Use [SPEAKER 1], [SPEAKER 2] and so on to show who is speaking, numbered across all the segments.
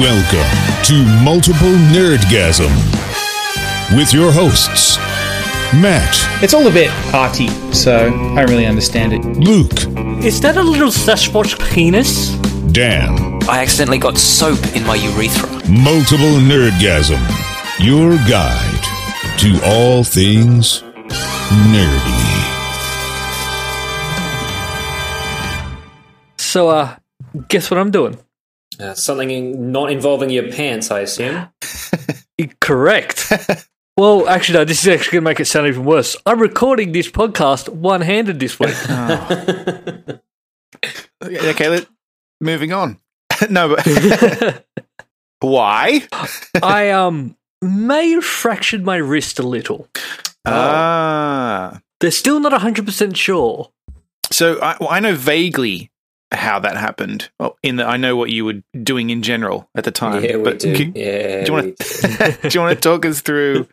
[SPEAKER 1] Welcome to Multiple Nerdgasm with your hosts, Matt,
[SPEAKER 2] It's all a bit arty, so I don't really understand it.
[SPEAKER 1] Luke,
[SPEAKER 3] Is that a little Sasquatch penis?
[SPEAKER 1] Dan,
[SPEAKER 4] I accidentally got soap in my urethra.
[SPEAKER 1] Multiple Nerdgasm, your guide to all things nerdy.
[SPEAKER 3] So, uh, guess what I'm doing?
[SPEAKER 5] Uh, something in, not involving your pants, I assume.
[SPEAKER 3] Correct. well, actually, no, this is actually going to make it sound even worse. I'm recording this podcast one handed this week.
[SPEAKER 6] Okay, okay, let, moving on. no, but why?
[SPEAKER 3] I, um, may have fractured my wrist a little.
[SPEAKER 5] Oh.
[SPEAKER 6] Ah,
[SPEAKER 3] They're still not 100% sure.
[SPEAKER 6] so I, well, I know vaguely how that happened. Well, in that I know what you were doing in general at the time.
[SPEAKER 5] yeah, we
[SPEAKER 6] but
[SPEAKER 5] do.
[SPEAKER 6] can-
[SPEAKER 5] yeah,
[SPEAKER 6] do you
[SPEAKER 5] we
[SPEAKER 6] want
[SPEAKER 5] do.
[SPEAKER 6] to do you want to talk us through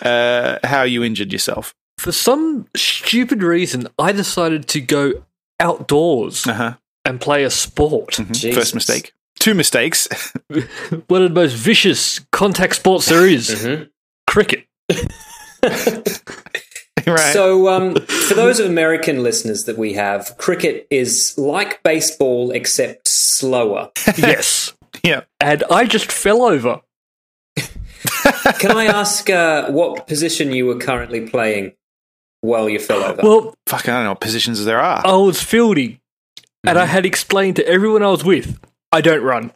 [SPEAKER 6] uh, how you injured yourself?
[SPEAKER 3] For some stupid reason, I decided to go outdoors
[SPEAKER 6] Uh huh.
[SPEAKER 3] and play a sport.
[SPEAKER 5] Jesus.
[SPEAKER 6] hmm, First mistake. Two mistakes.
[SPEAKER 3] One of the most vicious contact sports there is. cricket.
[SPEAKER 6] right.
[SPEAKER 5] So, um, for those of American listeners that we have, cricket is like baseball except slower.
[SPEAKER 3] yes.
[SPEAKER 6] yeah.
[SPEAKER 3] And I just fell over.
[SPEAKER 5] Can I ask uh, what position you were currently playing while you fell over?
[SPEAKER 3] Well,
[SPEAKER 6] Fuck. I don't know what positions there are.
[SPEAKER 5] Oh.
[SPEAKER 3] I was fielding, and I had explained to everyone I was with, I don't run.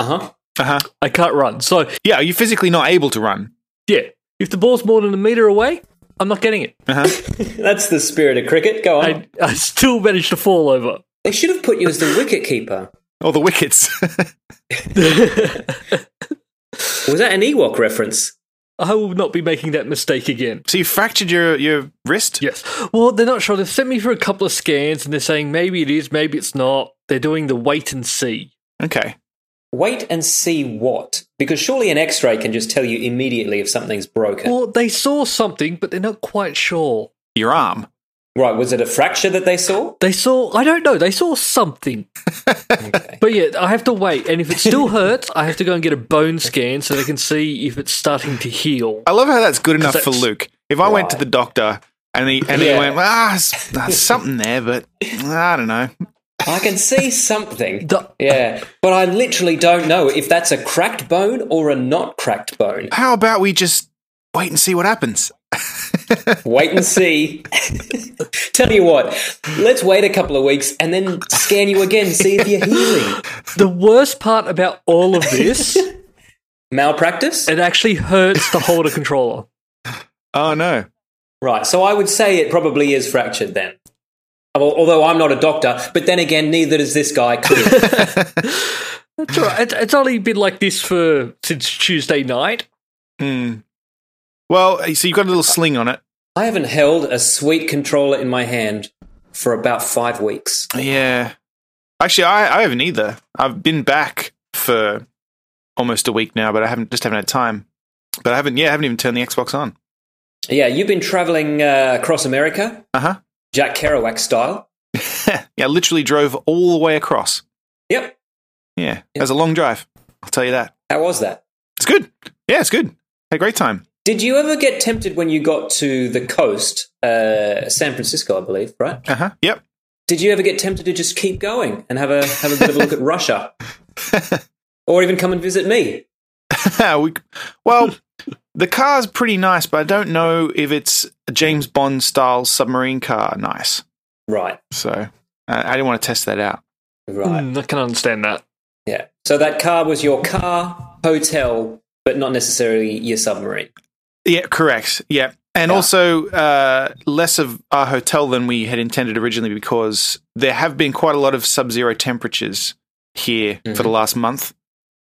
[SPEAKER 5] uh huh.
[SPEAKER 6] Uh-huh.
[SPEAKER 3] I can't run. So,
[SPEAKER 6] Yeah. Are you physically not able to run?
[SPEAKER 3] yeah, if the ball's more than a metre away, I'm not getting it.
[SPEAKER 6] Uh-huh.
[SPEAKER 5] That's the spirit of cricket. Go on.
[SPEAKER 3] I, I still managed to fall over.
[SPEAKER 5] they should have put you as the wicket keeper.
[SPEAKER 6] Or the wickets.
[SPEAKER 5] Was that an Ewok reference?
[SPEAKER 3] I will not be making that mistake again.
[SPEAKER 6] so you fractured your your wrist.
[SPEAKER 3] Yes. Well, they're not sure. They've sent me for a couple of scans, and they're saying maybe it is, maybe it's not. They're doing the wait and see.
[SPEAKER 6] Okay.
[SPEAKER 5] Wait and see what? Because surely an x ray can just tell you immediately if something's broken.
[SPEAKER 3] Well, they saw something, but they're not quite sure.
[SPEAKER 6] Your arm.
[SPEAKER 5] Right, was it a fracture that they saw?
[SPEAKER 3] They saw, I don't know, they saw something. But yeah, I have to wait. And if it still hurts, I have to go and get a bone scan so they can see if it's starting to heal.
[SPEAKER 6] I love how that's good enough for
[SPEAKER 3] that's-
[SPEAKER 6] Luke. If I went to the doctor and he and
[SPEAKER 5] Yeah.
[SPEAKER 6] he went, ah, s- ah, something there, but I don't know.
[SPEAKER 5] I can see something.
[SPEAKER 3] The-
[SPEAKER 5] yeah, but I literally don't know if that's a cracked bone or a not cracked bone.
[SPEAKER 6] How about we just wait and see what happens?
[SPEAKER 5] Wait and see. Tell you what, let's wait a couple of weeks and then scan you again, see if you're healing.
[SPEAKER 3] The worst part about all of this, it
[SPEAKER 5] Malpractice?
[SPEAKER 3] actually hurts to hold a controller.
[SPEAKER 6] Oh no!
[SPEAKER 5] Right, so I would say it probably is fractured then. Al- Although I'm not a doctor, but then again, neither is this guy. clearly.
[SPEAKER 3] It's, all right. it's, it's only been like this for since Tuesday night.
[SPEAKER 6] Hmm. Well, eh, so you've got a little sling on it.
[SPEAKER 5] I haven't held a sweet controller in my hand for about five weeks.
[SPEAKER 6] Yeah. Actually, I, I haven't either. I've been back for almost a week now, but I haven't just haven't had time. But I haven't. Yeah, I haven't even turned the Xbox on.
[SPEAKER 5] Yeah, you've been traveling uh, across America,
[SPEAKER 6] Uh huh.
[SPEAKER 5] Jack Kerouac style.
[SPEAKER 6] yeah, I literally drove all the way across.
[SPEAKER 5] Yep.
[SPEAKER 6] Yeah, it was a long drive. I'll tell you that.
[SPEAKER 5] How was that?
[SPEAKER 6] It's good. Yeah, it's good. Had a great time.
[SPEAKER 5] Did you ever get tempted when you got to the coast, uh, San Francisco, I believe, right?
[SPEAKER 6] Uh huh. Yep.
[SPEAKER 5] Did you ever get tempted to just keep going and have a have a bit of a look at Russia, or even come and visit me?
[SPEAKER 6] we, well, the car's pretty nice, but I don't know if it's a James Bond style submarine car nice.
[SPEAKER 5] Right,
[SPEAKER 6] So uh, I didn't want to test that out. Hmm.
[SPEAKER 5] right,
[SPEAKER 3] Mm, I can understand that.
[SPEAKER 5] yeah. So that car was your car, hotel, but not necessarily your submarine.
[SPEAKER 6] Yeah, correct. Yeah. And also uh, less of our hotel than we had intended originally because there have been quite a lot of sub zero temperatures here for the last month.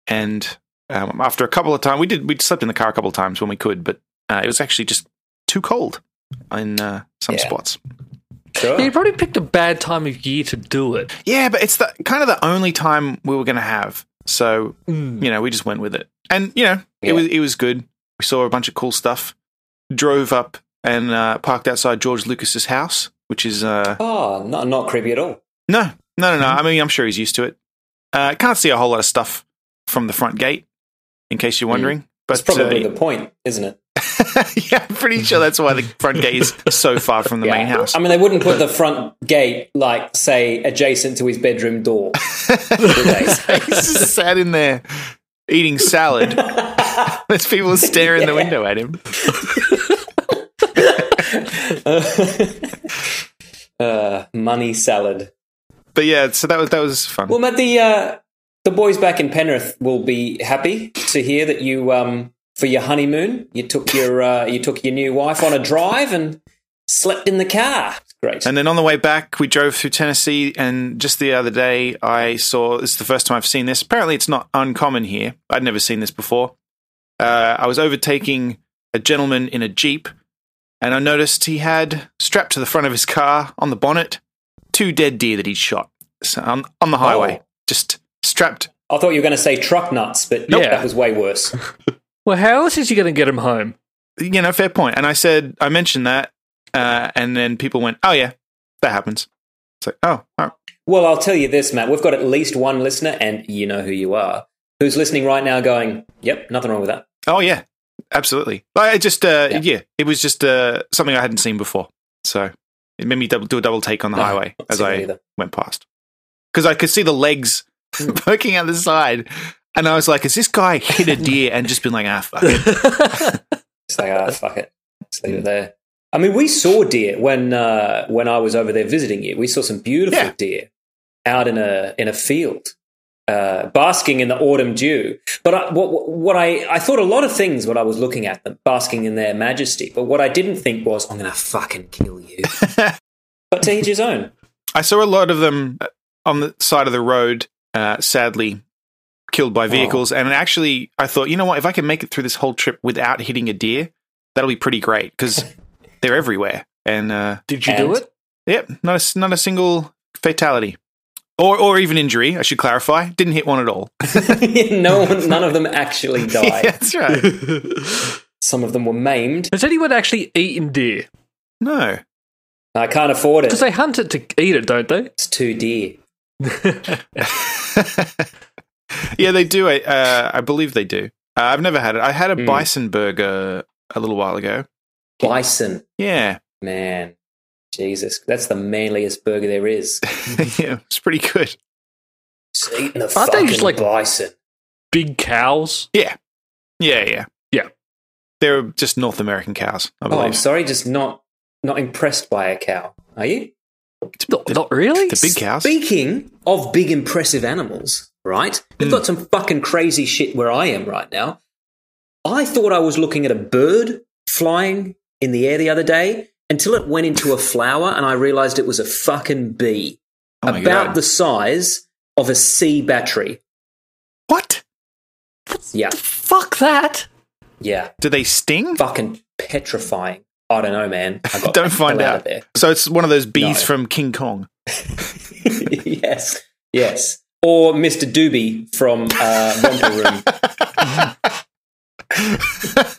[SPEAKER 6] And um, after a couple of times, we did, we slept in the car a couple of times when we could, but uh, it was actually just too cold in uh, some
[SPEAKER 5] Yeah.
[SPEAKER 6] spots.
[SPEAKER 3] Yeah, you
[SPEAKER 5] Sure.
[SPEAKER 3] probably picked a bad time of year to do it.
[SPEAKER 6] Yeah, but it's the kind of the only time we were going to have. So
[SPEAKER 3] Mm.
[SPEAKER 6] you know, we just went with it, and you know,
[SPEAKER 5] Yeah.
[SPEAKER 6] it was it was good. We saw a bunch of cool stuff. Drove up and uh, parked outside George Lucas's house, which is uh,
[SPEAKER 5] Oh, not not creepy at all. Mm-hmm.
[SPEAKER 6] no, no, no, no. I mean, I'm sure he's used to it. Uh, can't see a whole lot of stuff from the front gate, in case you're wondering. But
[SPEAKER 5] That's Mm. probably
[SPEAKER 6] uh,
[SPEAKER 5] the point, isn't it?
[SPEAKER 6] yeah, I'm pretty sure that's why the front gate is so far from the main house.
[SPEAKER 5] I mean, they wouldn't put the front gate, like, say, adjacent to his bedroom door.
[SPEAKER 6] He's just sat in there eating salad. There's people staring in the window at him.
[SPEAKER 5] uh, money salad.
[SPEAKER 6] But yeah, so that was that was fun.
[SPEAKER 5] Well, Matt, the uh, the boys back in Penrith will be happy to hear that you, um, for your honeymoon, you took your uh, you took your new wife on a drive and slept in the car. Great.
[SPEAKER 6] And then on the way back, we drove through Tennessee, and just the other day, I saw it's the first time I've seen this. Apparently, it's not uncommon here. I'd never seen this before. Uh, I was overtaking a gentleman in a Jeep, and I noticed he had strapped to the front of his car on the bonnet two dead deer that he'd shot so on, on the highway,
[SPEAKER 5] Oh.
[SPEAKER 6] just strapped.
[SPEAKER 5] I thought you were going to say truck nuts, but nope,
[SPEAKER 3] Yeah.
[SPEAKER 5] that was way worse.
[SPEAKER 3] Well, how else is he going to get him home?
[SPEAKER 6] You know, fair point. And I said, I mentioned that, uh, and then people went, Oh, yeah, that happens. It's like, Oh, all right.
[SPEAKER 5] Well, I'll tell you this, Matt. We've got at least one listener, and you know who you are, who's listening right now going, yep, nothing wrong with that.
[SPEAKER 6] Oh yeah, absolutely. I I just uh, yeah.
[SPEAKER 5] Yeah.
[SPEAKER 6] it was just uh, something I hadn't seen before, so it made me double, do a double take on the
[SPEAKER 5] No,
[SPEAKER 6] highway
[SPEAKER 5] not
[SPEAKER 6] as
[SPEAKER 5] seen
[SPEAKER 6] I
[SPEAKER 5] it either. Hmm.
[SPEAKER 6] went past because I could see the legs poking out the side, and I was like, "Has this guy hit a deer and just been like, ah, fuck it.
[SPEAKER 5] It's like, ah, fuck it. Just leave it there. I mean, we saw deer when uh, when I was over there visiting you. We saw some beautiful
[SPEAKER 6] Yeah.
[SPEAKER 5] deer out in a in a field, uh, basking in the autumn dew. But I, what what I I thought a lot of things when I was looking at them, basking in their majesty. But what I didn't think was, I'm gonna fucking kill you. but to each his own.
[SPEAKER 6] I saw a lot of them uh, on the side of the road, uh, sadly killed
[SPEAKER 5] Oh.
[SPEAKER 6] by vehicles. And actually, I thought, you know what? If I can make it through this whole trip without hitting a deer, that'll be pretty great because they're everywhere. And uh,
[SPEAKER 3] Did you do
[SPEAKER 5] And-
[SPEAKER 3] it?
[SPEAKER 6] Yep, not a, s- not a single fatality, or or even injury. I should clarify. Didn't hit one at all.
[SPEAKER 5] no one, none of them actually died.
[SPEAKER 6] That's right.
[SPEAKER 5] Some of them were maimed.
[SPEAKER 3] Has anyone actually eaten deer?
[SPEAKER 6] No,
[SPEAKER 5] I can't afford it.
[SPEAKER 3] Because they hunt it to eat it, don't they?
[SPEAKER 5] It's too dear.
[SPEAKER 6] yeah, they do. I uh, I believe they do. Uh, I've never had it. I
[SPEAKER 5] Hmm.
[SPEAKER 6] had a bison burger a little while ago.
[SPEAKER 5] Bison,
[SPEAKER 6] Yeah,
[SPEAKER 5] man, Jesus, that's the manliest burger there is.
[SPEAKER 6] yeah, it's pretty good.
[SPEAKER 5] Just eating the
[SPEAKER 3] Aren't they
[SPEAKER 5] fucking
[SPEAKER 3] just like-
[SPEAKER 5] bison.
[SPEAKER 3] Big cows.
[SPEAKER 6] Yeah, yeah, yeah,
[SPEAKER 3] Yeah.
[SPEAKER 6] They're just North American cows, I
[SPEAKER 5] Oh,
[SPEAKER 6] believe.
[SPEAKER 5] I'm sorry, just not not impressed by a cow. Are you?
[SPEAKER 3] Not, not really.
[SPEAKER 6] the big cows. Oh
[SPEAKER 5] Speaking of big impressive animals, right? We've
[SPEAKER 6] Hmm.
[SPEAKER 5] got some fucking crazy shit where I am right now. I thought I was looking at a bird flying in the air the other day until it went into a flower and I realized it was a fucking bee.
[SPEAKER 6] Oh my
[SPEAKER 5] about
[SPEAKER 6] God.
[SPEAKER 5] the size of a C battery.
[SPEAKER 6] what?
[SPEAKER 5] Yeah.
[SPEAKER 3] Fuck that.
[SPEAKER 5] Yeah.
[SPEAKER 6] Do they sting?
[SPEAKER 5] Fucking petrifying. I don't know, man. I got
[SPEAKER 6] Don't
[SPEAKER 5] the
[SPEAKER 6] find
[SPEAKER 5] hell
[SPEAKER 6] out.
[SPEAKER 5] of there.
[SPEAKER 6] So it's one of those bees
[SPEAKER 5] No.
[SPEAKER 6] from King Kong.
[SPEAKER 5] yes. Yes. Or Mr. Doobie from uh, Romper Room.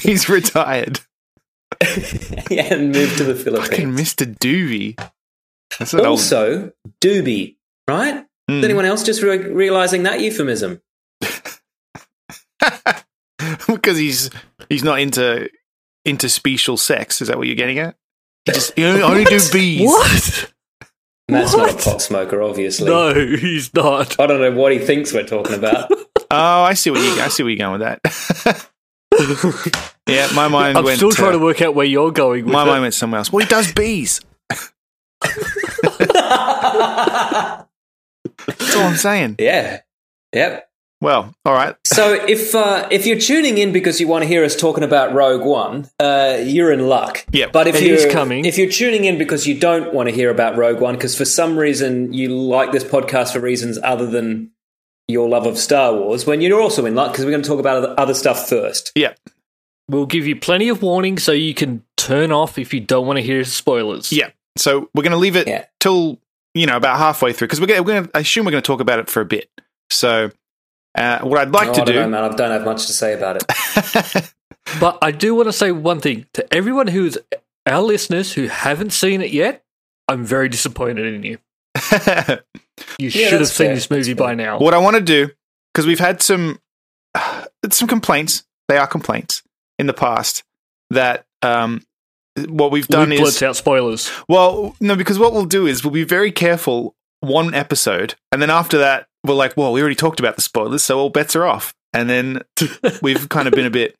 [SPEAKER 6] He's retired.
[SPEAKER 5] yeah, and moved to the
[SPEAKER 6] Fucking
[SPEAKER 5] Philippines.
[SPEAKER 6] Mr. Doovy. That's an old-
[SPEAKER 5] Also, Doobie, right?
[SPEAKER 6] Hmm.
[SPEAKER 5] Is anyone else just re- realizing that euphemism?
[SPEAKER 6] because he's he's not into interspecial sex. Is that what you're getting at? He just he only, only do bees.
[SPEAKER 3] What?
[SPEAKER 5] Matt's not
[SPEAKER 3] What?
[SPEAKER 5] a pot smoker, obviously.
[SPEAKER 3] No, he's not.
[SPEAKER 5] I don't know what he thinks we're talking about.
[SPEAKER 6] Oh, I see what you I see where you're going with that. yeah, my mind
[SPEAKER 3] I'm
[SPEAKER 6] went.
[SPEAKER 3] still trying to work out where you're going with
[SPEAKER 6] My
[SPEAKER 3] it.
[SPEAKER 6] mind went somewhere else. Well, he does bees. That's all I'm saying.
[SPEAKER 5] yeah. Yep.
[SPEAKER 6] Well, all right.
[SPEAKER 5] So if uh, if you're tuning in because you want to hear us talking about Rogue One, uh, you're in luck.
[SPEAKER 6] Yeah,
[SPEAKER 5] but if
[SPEAKER 3] it is
[SPEAKER 5] you're-
[SPEAKER 3] coming.
[SPEAKER 5] if you're tuning in because you don't want to hear about Rogue One because for some reason you like this podcast for reasons other than your love of Star Wars, when you're also in luck because we're going to talk about other- other stuff first.
[SPEAKER 6] Yeah.
[SPEAKER 3] We'll give you plenty of warning so you can turn off if you don't want to hear spoilers.
[SPEAKER 6] Yeah. So we're going to leave it
[SPEAKER 5] Yeah.
[SPEAKER 6] till you know about halfway through because we're going. We're going. To, I assume we're going to talk about it for a bit. So uh, what I'd like
[SPEAKER 5] Oh,
[SPEAKER 6] to
[SPEAKER 5] I don't
[SPEAKER 6] do.
[SPEAKER 5] know, man. I don't have much to say about it.
[SPEAKER 3] But I do want to say one thing to everyone who's our listeners who haven't seen it yet. I'm very disappointed in you. You should have
[SPEAKER 5] that's
[SPEAKER 3] seen
[SPEAKER 5] fair.
[SPEAKER 3] this movie by now.
[SPEAKER 6] what I want to do because we've had some some complaints. They are complaints in the past that um, what we've done
[SPEAKER 3] we
[SPEAKER 6] is
[SPEAKER 3] blurt out spoilers.
[SPEAKER 6] well, no, because what we'll do is we'll be very careful one episode, and then after that, we're like, well, we already talked about the spoilers, so all bets are off. And then we've kind of been a bit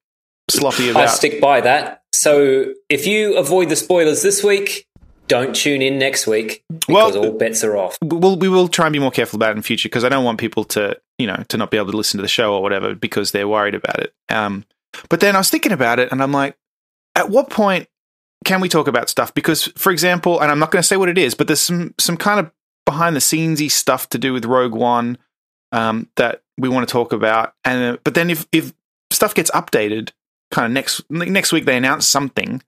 [SPEAKER 6] sloppy
[SPEAKER 5] I
[SPEAKER 6] about.
[SPEAKER 5] stick by that. So if you avoid the spoilers this week, don't tune in next week because
[SPEAKER 6] Well-
[SPEAKER 5] all bets are off.
[SPEAKER 6] we'll we will try and be more careful about it in future because I don't want people to you know to not be able to listen to the show or whatever because they're worried about it. Um, but then I was thinking about it and I'm like, at what point can we talk about stuff? Because for example, and I'm not going to say what it is, but there's some some kind of behind the scenesy stuff to do with Rogue One um, that we want to talk about. And uh, but then if if stuff gets updated, kind of next next week they announce something,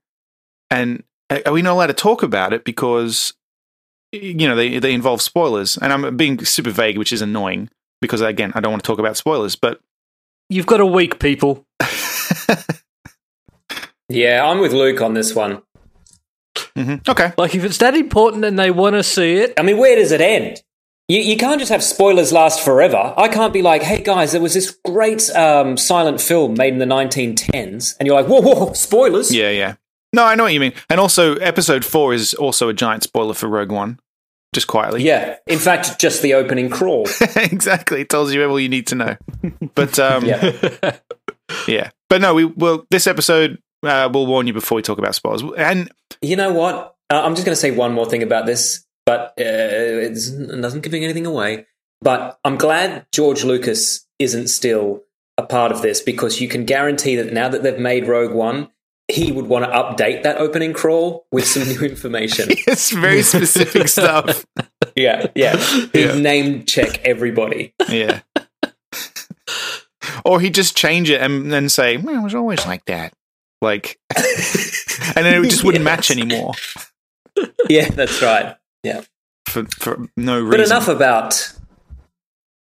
[SPEAKER 6] and uh, are are we not allowed to talk about it because you know they they involve spoilers? And I'm being super vague, which is annoying because again I don't want to talk about spoilers. But
[SPEAKER 3] You've got a week, people.
[SPEAKER 5] Yeah, I'm with Luke on this one.
[SPEAKER 6] Mhm. okay,
[SPEAKER 3] Like, if it's that important and they want to see it,
[SPEAKER 5] I mean, where does it end? You, you can't just have spoilers last forever. I can't be like, hey guys, there was this great um, silent film made in the 1910s, and you're like, whoa, whoa, spoilers.
[SPEAKER 6] yeah, yeah. No, I know what you mean. And also, episode four is also a giant spoiler for Rogue One. Just quietly,
[SPEAKER 5] Yeah. In fact, just the opening crawl.
[SPEAKER 6] exactly. It tells you all you need to know. But um,
[SPEAKER 5] Yeah.
[SPEAKER 6] Yeah, but no, we will. This episode, uh, we'll warn you before we talk about spoilers. And
[SPEAKER 5] You know what? Uh, I'm just going to say one more thing about this, but uh, it's it doesn't giving anything away. But I'm glad George Lucas isn't still a part of this because you can guarantee that now that they've made Rogue One, he would want to update that opening crawl with some new information.
[SPEAKER 6] it's very specific stuff.
[SPEAKER 5] yeah, yeah. He'd
[SPEAKER 6] Yeah.
[SPEAKER 5] name check everybody.
[SPEAKER 6] Yeah. or he just change it and then say, well, "It was always like that," like, and then it just wouldn't match anymore
[SPEAKER 5] Yeah, that's right. Yeah.
[SPEAKER 6] for for no reason.
[SPEAKER 5] But enough about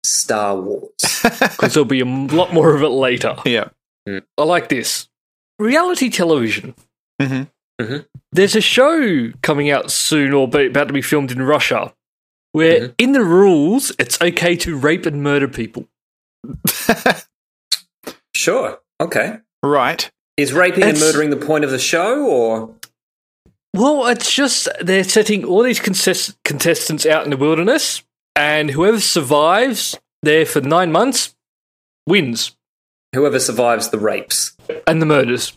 [SPEAKER 5] Star Wars.
[SPEAKER 3] because there'll be a m- lot more of it later.
[SPEAKER 6] Yeah.
[SPEAKER 3] I like this. Reality television.
[SPEAKER 6] Mhm.
[SPEAKER 5] Mhm.
[SPEAKER 3] There's a show coming out soon or be, about to be filmed in Russia where, in the rules, it's okay to rape and murder people.
[SPEAKER 5] Sure. Okay.
[SPEAKER 6] Right.
[SPEAKER 5] Is raping and
[SPEAKER 3] It's-
[SPEAKER 5] murdering the point of the show or
[SPEAKER 3] Well, it's just they're setting all these contest- contestants out in the wilderness, and whoever survives there for nine months wins
[SPEAKER 5] whoever survives the rapes?
[SPEAKER 3] and the murders.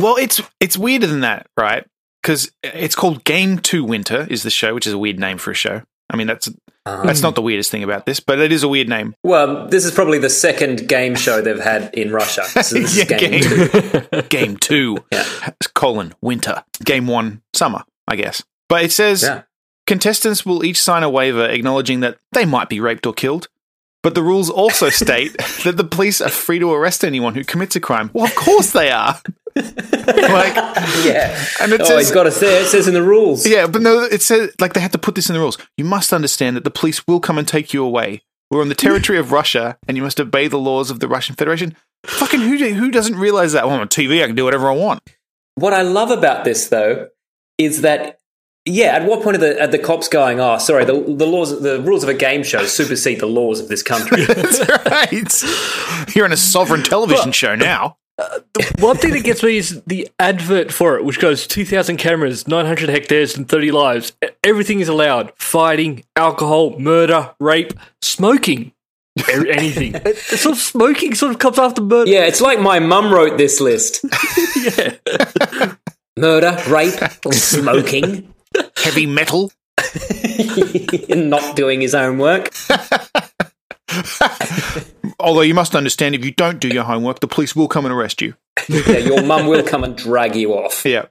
[SPEAKER 6] Well, it's it's weirder than that, right? Because it's called Game Two Winter is the show, which is a weird name for a show. I mean, that's
[SPEAKER 5] Uh-huh.
[SPEAKER 6] that's not the weirdest thing about this, but it is a weird name.
[SPEAKER 5] Well, this is probably the second game show they've had in Russia. So this
[SPEAKER 6] Yeah,
[SPEAKER 5] is game,
[SPEAKER 6] game.
[SPEAKER 5] two.
[SPEAKER 6] game two colon winter game one summer i guess but it says
[SPEAKER 5] Yeah.
[SPEAKER 6] contestants will each sign a waiver acknowledging that they might be raped or killed but the rules also state that the police are free to arrest anyone who commits a crime well of course they are like
[SPEAKER 5] Yeah.
[SPEAKER 6] and it
[SPEAKER 5] oh,
[SPEAKER 6] says
[SPEAKER 5] it's got to say, it says in the rules.
[SPEAKER 6] yeah but no it says like they had to put this in the rules you must understand that the police will come and take you away we're on the territory of Russia, and you must obey the laws of the Russian Federation. Fucking who? do- Who doesn't realize that? Well, I'm on TV. I can do whatever I want.
[SPEAKER 5] What I love about this, though, is that, yeah, at what point are the, are the cops going, oh, sorry, the, the, laws, the rules of a game show supersede the laws of this country?
[SPEAKER 6] That's right. You're on a sovereign television show now.
[SPEAKER 3] One thing that gets me is the advert for it, which goes 2,000 cameras, 900 hectares, and 30 lives. E- Everything is allowed fighting, alcohol, murder, rape, smoking, e- anything. It- it's sort of smoking sort of comes after murder.
[SPEAKER 5] yeah, it's like my mum wrote this list murder, rape, smoking,
[SPEAKER 6] Heavy metal.
[SPEAKER 5] and not doing his own work.
[SPEAKER 6] Although you must understand, if you don't do your homework, the police will come and arrest you.
[SPEAKER 5] Yeah, your mum will come and drag you off.
[SPEAKER 6] Yeah.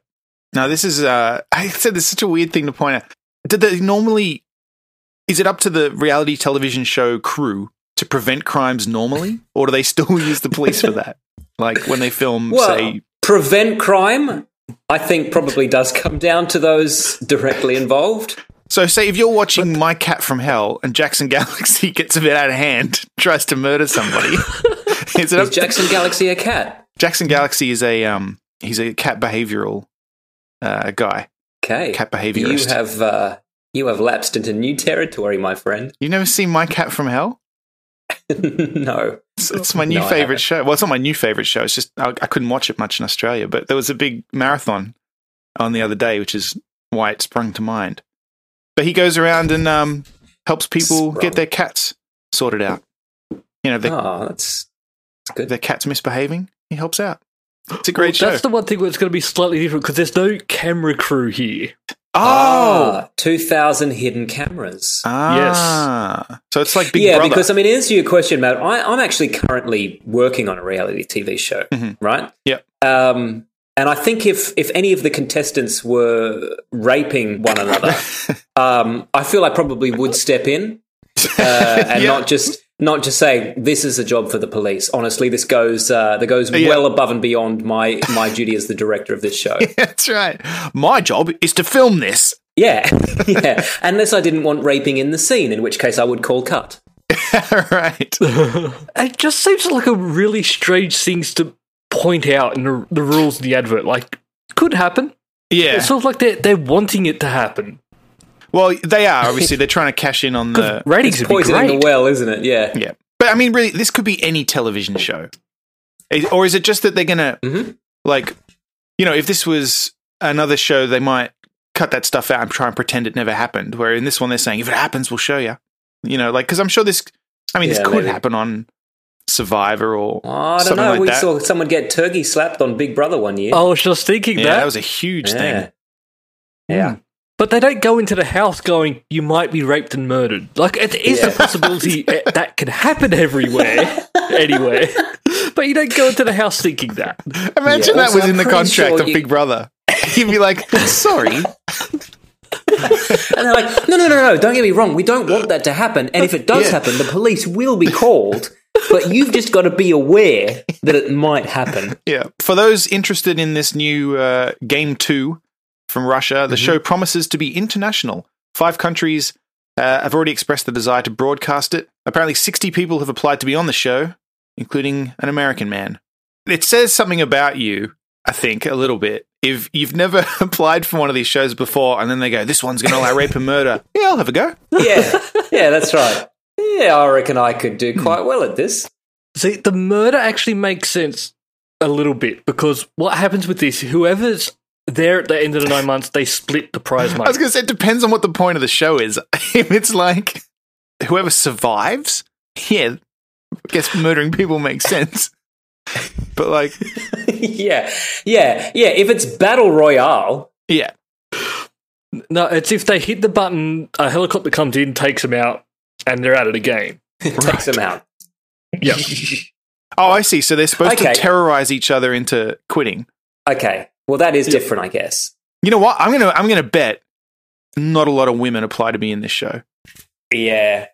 [SPEAKER 6] Now this is. Uh, I said this is such a weird thing to point out. Did they normally? Is it up to the reality television show crew to prevent crimes normally, or do they still use the police for that? Like when they film,
[SPEAKER 5] Well,
[SPEAKER 6] say,
[SPEAKER 5] prevent crime, I think probably does come down to those directly involved.
[SPEAKER 6] so say if you're watching My Cat from Hell and Jackson Galaxy gets a bit out of hand, tries to murder somebody. is it up
[SPEAKER 5] Is Jackson Galaxy a cat?
[SPEAKER 6] Jackson Galaxy is a um he's a cat behavioral uh guy.
[SPEAKER 5] Okay.
[SPEAKER 6] Cat behaviorist.
[SPEAKER 5] You have uh, you have lapsed into new territory, my friend.
[SPEAKER 6] You've never seen My Cat from Hell?
[SPEAKER 5] no.
[SPEAKER 6] It's, it's my new
[SPEAKER 5] No, I
[SPEAKER 6] favorite
[SPEAKER 5] haven't.
[SPEAKER 6] show. Well, it's not my new favorite show. It's just I, I couldn't watch it much in Australia, but there was a big marathon on the other day, which is why it sprung to mind. But he goes around and um, helps people
[SPEAKER 5] Sprung.
[SPEAKER 6] get their cats sorted out. You know, if their,
[SPEAKER 5] Oh, that's
[SPEAKER 6] their cat's misbehaving, he helps out. It's a
[SPEAKER 3] Well,
[SPEAKER 6] great show.
[SPEAKER 3] That's the one thing where it's going to be slightly different because there's no camera crew here.
[SPEAKER 6] oh,
[SPEAKER 5] Ah, 2000 hidden cameras.
[SPEAKER 6] ah, yes. So it's like Big
[SPEAKER 5] yeah,
[SPEAKER 6] Brother.
[SPEAKER 5] because I mean, to answer your question, Matt, I, I'm actually currently working on a reality TV show,
[SPEAKER 3] Mm-hmm.
[SPEAKER 5] right?
[SPEAKER 6] Yep.
[SPEAKER 5] Um, and I think if if any of the contestants were raping one another, um, I feel I probably would step in uh, and
[SPEAKER 6] Yeah.
[SPEAKER 5] not just not just say this is a job for the police. Honestly, this goes uh, that goes
[SPEAKER 6] Yeah.
[SPEAKER 5] well above and beyond my my duty as the director of this show.
[SPEAKER 6] That's right. My job is to film this.
[SPEAKER 5] yeah, yeah. Unless I didn't want raping in the scene, in which case I would call cut.
[SPEAKER 6] right.
[SPEAKER 3] It just seems like a really strange things to point out in the, the rules of the advert. Like, could happen.
[SPEAKER 6] Yeah.
[SPEAKER 3] It's sort of like they're, they're wanting it to happen.
[SPEAKER 6] Well, they are obviously they're trying to cash in on the
[SPEAKER 3] Ratings would be
[SPEAKER 5] Poisoning
[SPEAKER 3] great.
[SPEAKER 5] the well, isn't it? Yeah.
[SPEAKER 6] Yeah. But I mean, really, this could be any television show. Is- Or is it just that they're going to,
[SPEAKER 5] Mm-hmm.
[SPEAKER 6] like, you know, if this was another show, they might cut that stuff out and try and pretend it never happened. Where in this one, they're saying, if it happens, we'll show you. You know, like, because I'm sure this, I mean, this
[SPEAKER 5] Yeah,
[SPEAKER 6] could
[SPEAKER 5] maybe. Oh,
[SPEAKER 6] happen on Survivor or
[SPEAKER 5] I don't
[SPEAKER 6] something
[SPEAKER 5] know.
[SPEAKER 6] like
[SPEAKER 5] we
[SPEAKER 6] that.
[SPEAKER 5] saw someone get turkey slapped on Big Brother one year.
[SPEAKER 3] I was just thinking
[SPEAKER 6] yeah,
[SPEAKER 3] that.
[SPEAKER 6] that was a huge
[SPEAKER 5] yeah.
[SPEAKER 6] thing.
[SPEAKER 5] Yeah.
[SPEAKER 3] But they don't go into the house going, you might be raped and murdered. Like, it is a
[SPEAKER 5] Yeah.
[SPEAKER 3] possibility eh, that can happen everywhere, anywhere. But you don't go into the house thinking that.
[SPEAKER 6] Imagine
[SPEAKER 5] Yeah.
[SPEAKER 6] that
[SPEAKER 5] Also,
[SPEAKER 6] was
[SPEAKER 5] I'm
[SPEAKER 6] in the
[SPEAKER 5] pretty
[SPEAKER 6] contract
[SPEAKER 5] sure
[SPEAKER 6] of
[SPEAKER 5] you-
[SPEAKER 6] Big Brother. You'd be like, sorry.
[SPEAKER 5] And they're like, no, no, no, no, don't get me wrong. We don't want that to happen. And if it does
[SPEAKER 6] Yeah.
[SPEAKER 5] happen, the police will be called. But you've just got to be aware that it might happen.
[SPEAKER 6] Yeah. For those interested in this new uh, Game 2 from Russia, the show promises to be international. Five countries uh, have already expressed the desire to broadcast it. Apparently, 60 people have applied to be on the show, including an American man. It says something about you, I think, a little bit. If you've never applied for one of these shows before and then they go, this one's going to allow rape and murder, yeah, I'll have a go.
[SPEAKER 5] Yeah. Yeah, that's right. Yeah, I reckon I could do quite well at this.
[SPEAKER 3] See, the murder actually makes sense a little bit because what happens with this, whoever's there at the end of the nine months, they split the prize
[SPEAKER 6] I was
[SPEAKER 3] money.
[SPEAKER 6] going to say, it depends on what the point of the show is. if it's like whoever survives, yeah, I guess murdering people makes sense. But like,
[SPEAKER 5] yeah. Yeah. Yeah. If it's Battle Royale,
[SPEAKER 6] yeah,
[SPEAKER 3] No, it's if they hit the button, a helicopter comes in, takes them out, and they're out of the game.
[SPEAKER 5] it takes them out.
[SPEAKER 3] Yeah.
[SPEAKER 6] oh, I see. So they're supposed
[SPEAKER 5] Okay.
[SPEAKER 6] to terrorize each other into quitting.
[SPEAKER 5] Okay. Well, that is different, I guess.
[SPEAKER 6] You know what? I'm gonna I'm gonna bet not a lot of women apply to be in this show
[SPEAKER 5] Yeah.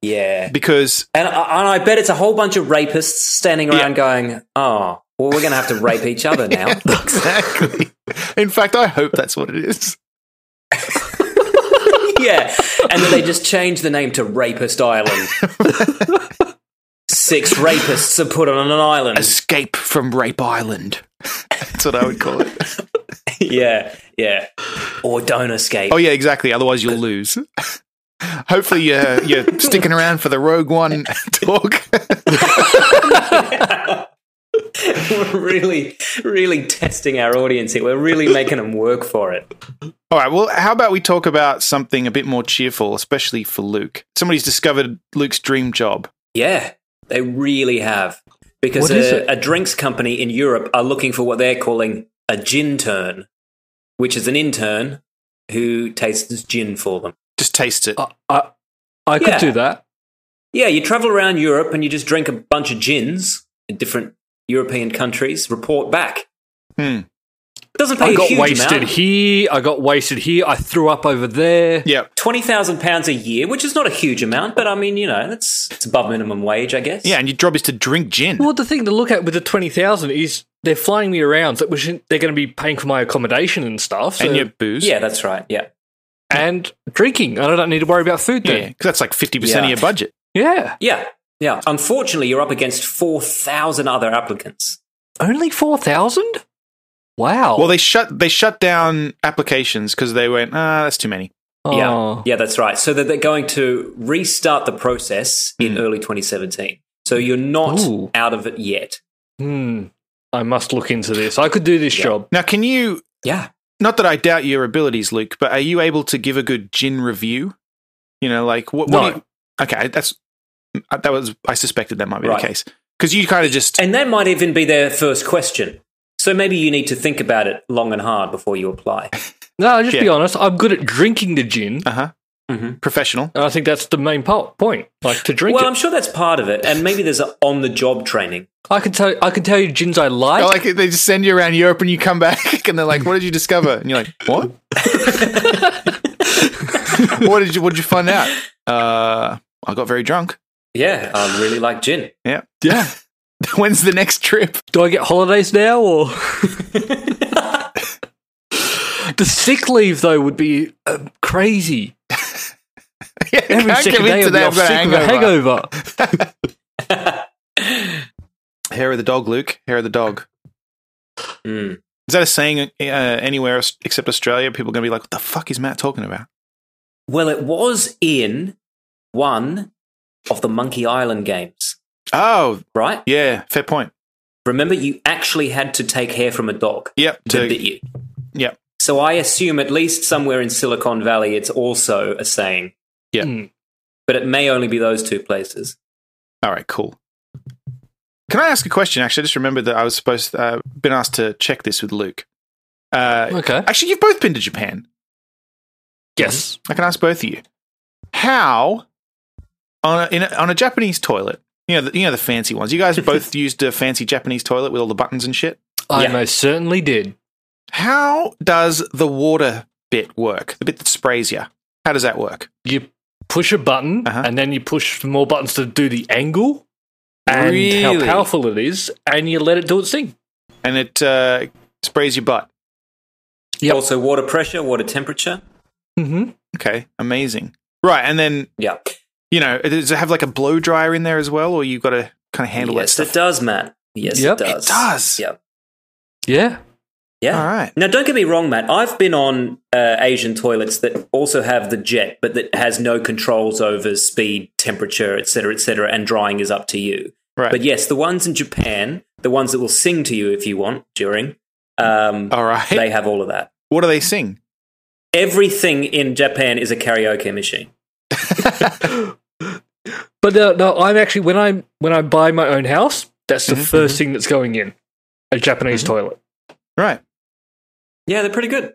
[SPEAKER 5] Yeah.
[SPEAKER 6] because
[SPEAKER 5] And I, and I bet it's a whole bunch of rapists standing around going, oh, well, we're going to have to rape each other now.
[SPEAKER 6] exactly. in fact, I hope that's what it is.
[SPEAKER 5] yeah. And then they just change the name to Rapist Island. Six rapists are put on an island.
[SPEAKER 6] Escape from Rape Island. That's what I would call it.
[SPEAKER 5] yeah. Yeah. Or don't escape.
[SPEAKER 6] Oh yeah, exactly. Otherwise, you'll lose. Hopefully, you're, you're sticking around for the Rogue One talk.
[SPEAKER 5] We're really, really testing our audience here. We're really making them work for it.
[SPEAKER 6] All right. Well, how about we talk about something a bit more cheerful, especially for Luke? Somebody's discovered Luke's dream job.
[SPEAKER 5] Yeah. They really have. Because
[SPEAKER 3] What is it?
[SPEAKER 5] a, a drinks company in Europe are looking for what they're calling a gin turn, which is an intern who tastes gin for them.
[SPEAKER 6] Just taste it.
[SPEAKER 3] I, I, I could
[SPEAKER 5] Yeah.
[SPEAKER 3] do that.
[SPEAKER 5] Yeah, you travel around Europe and you just drink a bunch of gins in different European countries, report back.
[SPEAKER 6] Hmm.
[SPEAKER 5] Doesn't pay
[SPEAKER 3] I
[SPEAKER 5] a
[SPEAKER 3] got
[SPEAKER 5] huge
[SPEAKER 3] wasted
[SPEAKER 5] amount.
[SPEAKER 3] here. I got wasted here. I threw up over there.
[SPEAKER 6] Yeah.
[SPEAKER 5] Twenty thousand pounds a year, which is not a huge amount, but I mean, you know, that's it's above minimum wage, I guess.
[SPEAKER 6] Yeah. And your job is to drink gin.
[SPEAKER 3] Well, the thing to look at with the twenty thousand is they're flying me around, so which they're going to be paying for my accommodation and stuff, so-
[SPEAKER 6] and your booze.
[SPEAKER 5] yeah, that's right. Yeah,
[SPEAKER 3] and drinking. I don't need to worry about food
[SPEAKER 6] Yeah.
[SPEAKER 3] then.
[SPEAKER 6] 'cause that's like 50% of
[SPEAKER 5] Yeah.
[SPEAKER 6] your budget.
[SPEAKER 3] Yeah,
[SPEAKER 5] yeah, yeah. Unfortunately, you're up against four thousand other applicants.
[SPEAKER 3] only four thousand. Wow.
[SPEAKER 6] Well, they shut they shut down applications because they went, ah, that's too many.
[SPEAKER 3] Oh.
[SPEAKER 5] Yeah, yeah, that's right. So that they're going to restart the process in early 2017. So you're not
[SPEAKER 3] Ooh.
[SPEAKER 5] out of it yet.
[SPEAKER 3] Hmm. I must look into this. I could do this job.
[SPEAKER 6] Now, can you?
[SPEAKER 5] Yeah.
[SPEAKER 6] Not that I doubt your abilities, Luke, but are you able to give a good gin review? You know, like what? what
[SPEAKER 3] No.
[SPEAKER 6] do you- okay, that's uh, that was. I suspected that might be
[SPEAKER 5] Right.
[SPEAKER 6] the case because you kind of just
[SPEAKER 5] And that might even be their first question. So maybe you need to think about it long and hard before you apply.
[SPEAKER 3] No, just be
[SPEAKER 6] Yeah.
[SPEAKER 3] honest. I'm good at drinking the gin.
[SPEAKER 6] uh huh
[SPEAKER 3] Mm-hmm.
[SPEAKER 6] professional.
[SPEAKER 3] And I think that's the main po- point. Like to drink
[SPEAKER 5] Well, um,
[SPEAKER 3] it.
[SPEAKER 5] I'm sure that's part of it. And maybe there's a on the job training.
[SPEAKER 3] I can tell. I can tell you gins I like.
[SPEAKER 6] Oh, like they just send you around Europe and you come back and they're like, "What did you discover?" And you're like, "What? what did you What did you find out?" Uh, I got very drunk.
[SPEAKER 5] Yeah, I really like gin.
[SPEAKER 6] Yeah, yeah. When's the next trip?
[SPEAKER 3] Do I get holidays now or? the sick leave though would be um, crazy.
[SPEAKER 6] Yeah,
[SPEAKER 3] Every
[SPEAKER 6] can't
[SPEAKER 3] second
[SPEAKER 6] commit
[SPEAKER 3] day
[SPEAKER 6] to
[SPEAKER 3] I'd be
[SPEAKER 6] that,
[SPEAKER 3] off
[SPEAKER 6] I've got a
[SPEAKER 3] sick with a
[SPEAKER 6] hangover.
[SPEAKER 3] hangover.
[SPEAKER 6] Hair of the dog, Luke. Hair of the dog.
[SPEAKER 5] Mm.
[SPEAKER 6] Is that a saying uh, anywhere else except Australia? People are going to be like, "What the fuck is Matt talking about?"
[SPEAKER 5] Well, it was in one of the Monkey Island games,
[SPEAKER 6] Oh,
[SPEAKER 5] right?
[SPEAKER 6] yeah. Fair point.
[SPEAKER 5] Remember, you actually had to take hair from a dog
[SPEAKER 6] Yep.
[SPEAKER 5] to
[SPEAKER 6] to-
[SPEAKER 5] bit you.
[SPEAKER 6] yep.
[SPEAKER 5] So I assume at least somewhere in Silicon Valley, it's also a saying.
[SPEAKER 6] Yeah.
[SPEAKER 3] Mm.
[SPEAKER 5] But it may only be those two places.
[SPEAKER 6] All right, cool. Can I ask a question? Actually, I just remembered that I was supposed uh, been asked to check this with Luke. Uh,
[SPEAKER 3] Okay.
[SPEAKER 6] Actually, you've both been to Japan.
[SPEAKER 3] Yes.
[SPEAKER 6] I can ask both of you how on a, in a, on a Japanese toilet. You know, the, you know the fancy ones. You guys both used a fancy Japanese toilet with all the buttons and shit.
[SPEAKER 3] I
[SPEAKER 5] Yeah.
[SPEAKER 3] most certainly did.
[SPEAKER 6] How does the water bit work? The bit that sprays you. How does that work?
[SPEAKER 3] You push a button
[SPEAKER 6] Uh-huh.
[SPEAKER 3] and then you push more buttons to do the angle and
[SPEAKER 6] Really?
[SPEAKER 3] how powerful it is, and you let it do its thing.
[SPEAKER 6] And it uh, sprays your butt.
[SPEAKER 3] Yep.
[SPEAKER 5] Also, water pressure, water temperature.
[SPEAKER 3] Mm-hmm.
[SPEAKER 6] Okay, amazing. Right, and then
[SPEAKER 5] Yeah.
[SPEAKER 6] you know, does it have like a blow dryer in there as well, or you've got to kind of handle
[SPEAKER 5] yes,
[SPEAKER 6] that
[SPEAKER 5] it
[SPEAKER 6] stuff?
[SPEAKER 5] does, Matt. Yes,
[SPEAKER 3] Yep.
[SPEAKER 5] it does.
[SPEAKER 6] It does.
[SPEAKER 5] Yeah.
[SPEAKER 3] Yeah.
[SPEAKER 5] Yeah.
[SPEAKER 6] All right.
[SPEAKER 5] Now, don't get me wrong, Matt. I've been on uh, Asian toilets that also have the jet, but that has no controls over speed, temperature, et cetera, et cetera, and drying is up to you.
[SPEAKER 6] Right.
[SPEAKER 5] But yes, the ones in Japan, the ones that will sing to you if you want during, um,
[SPEAKER 6] All right.
[SPEAKER 5] they have all of that.
[SPEAKER 6] what do they sing?
[SPEAKER 5] Everything in Japan is a karaoke machine.
[SPEAKER 3] But no, no, I'm actually when I when I buy my own house, that's
[SPEAKER 6] Mm-hmm,
[SPEAKER 3] the first thing that's going in a Japanese toilet.
[SPEAKER 6] Right.
[SPEAKER 5] Yeah, they're pretty good.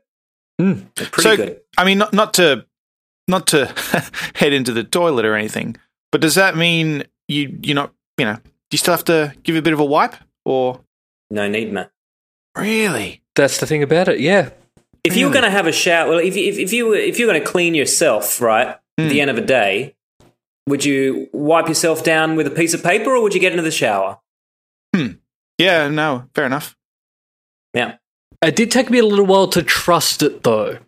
[SPEAKER 3] Mm.
[SPEAKER 5] Hmm. They're pretty
[SPEAKER 6] so,
[SPEAKER 5] good.
[SPEAKER 6] I mean, not not to not to head into the toilet or anything, but does that mean you you're not you know you still have to give a bit of a wipe or
[SPEAKER 5] No need, Matt.
[SPEAKER 6] really?
[SPEAKER 3] That's the thing about it. Yeah.
[SPEAKER 5] If you were going to have a shower, well, if you, if, if you were, if you were going to clean yourself, right, at the end of a day, would you wipe yourself down with a piece of paper, or would you get into the shower?
[SPEAKER 6] Yeah. No. Fair enough.
[SPEAKER 5] Yeah,
[SPEAKER 3] It did take me a little while to trust it though.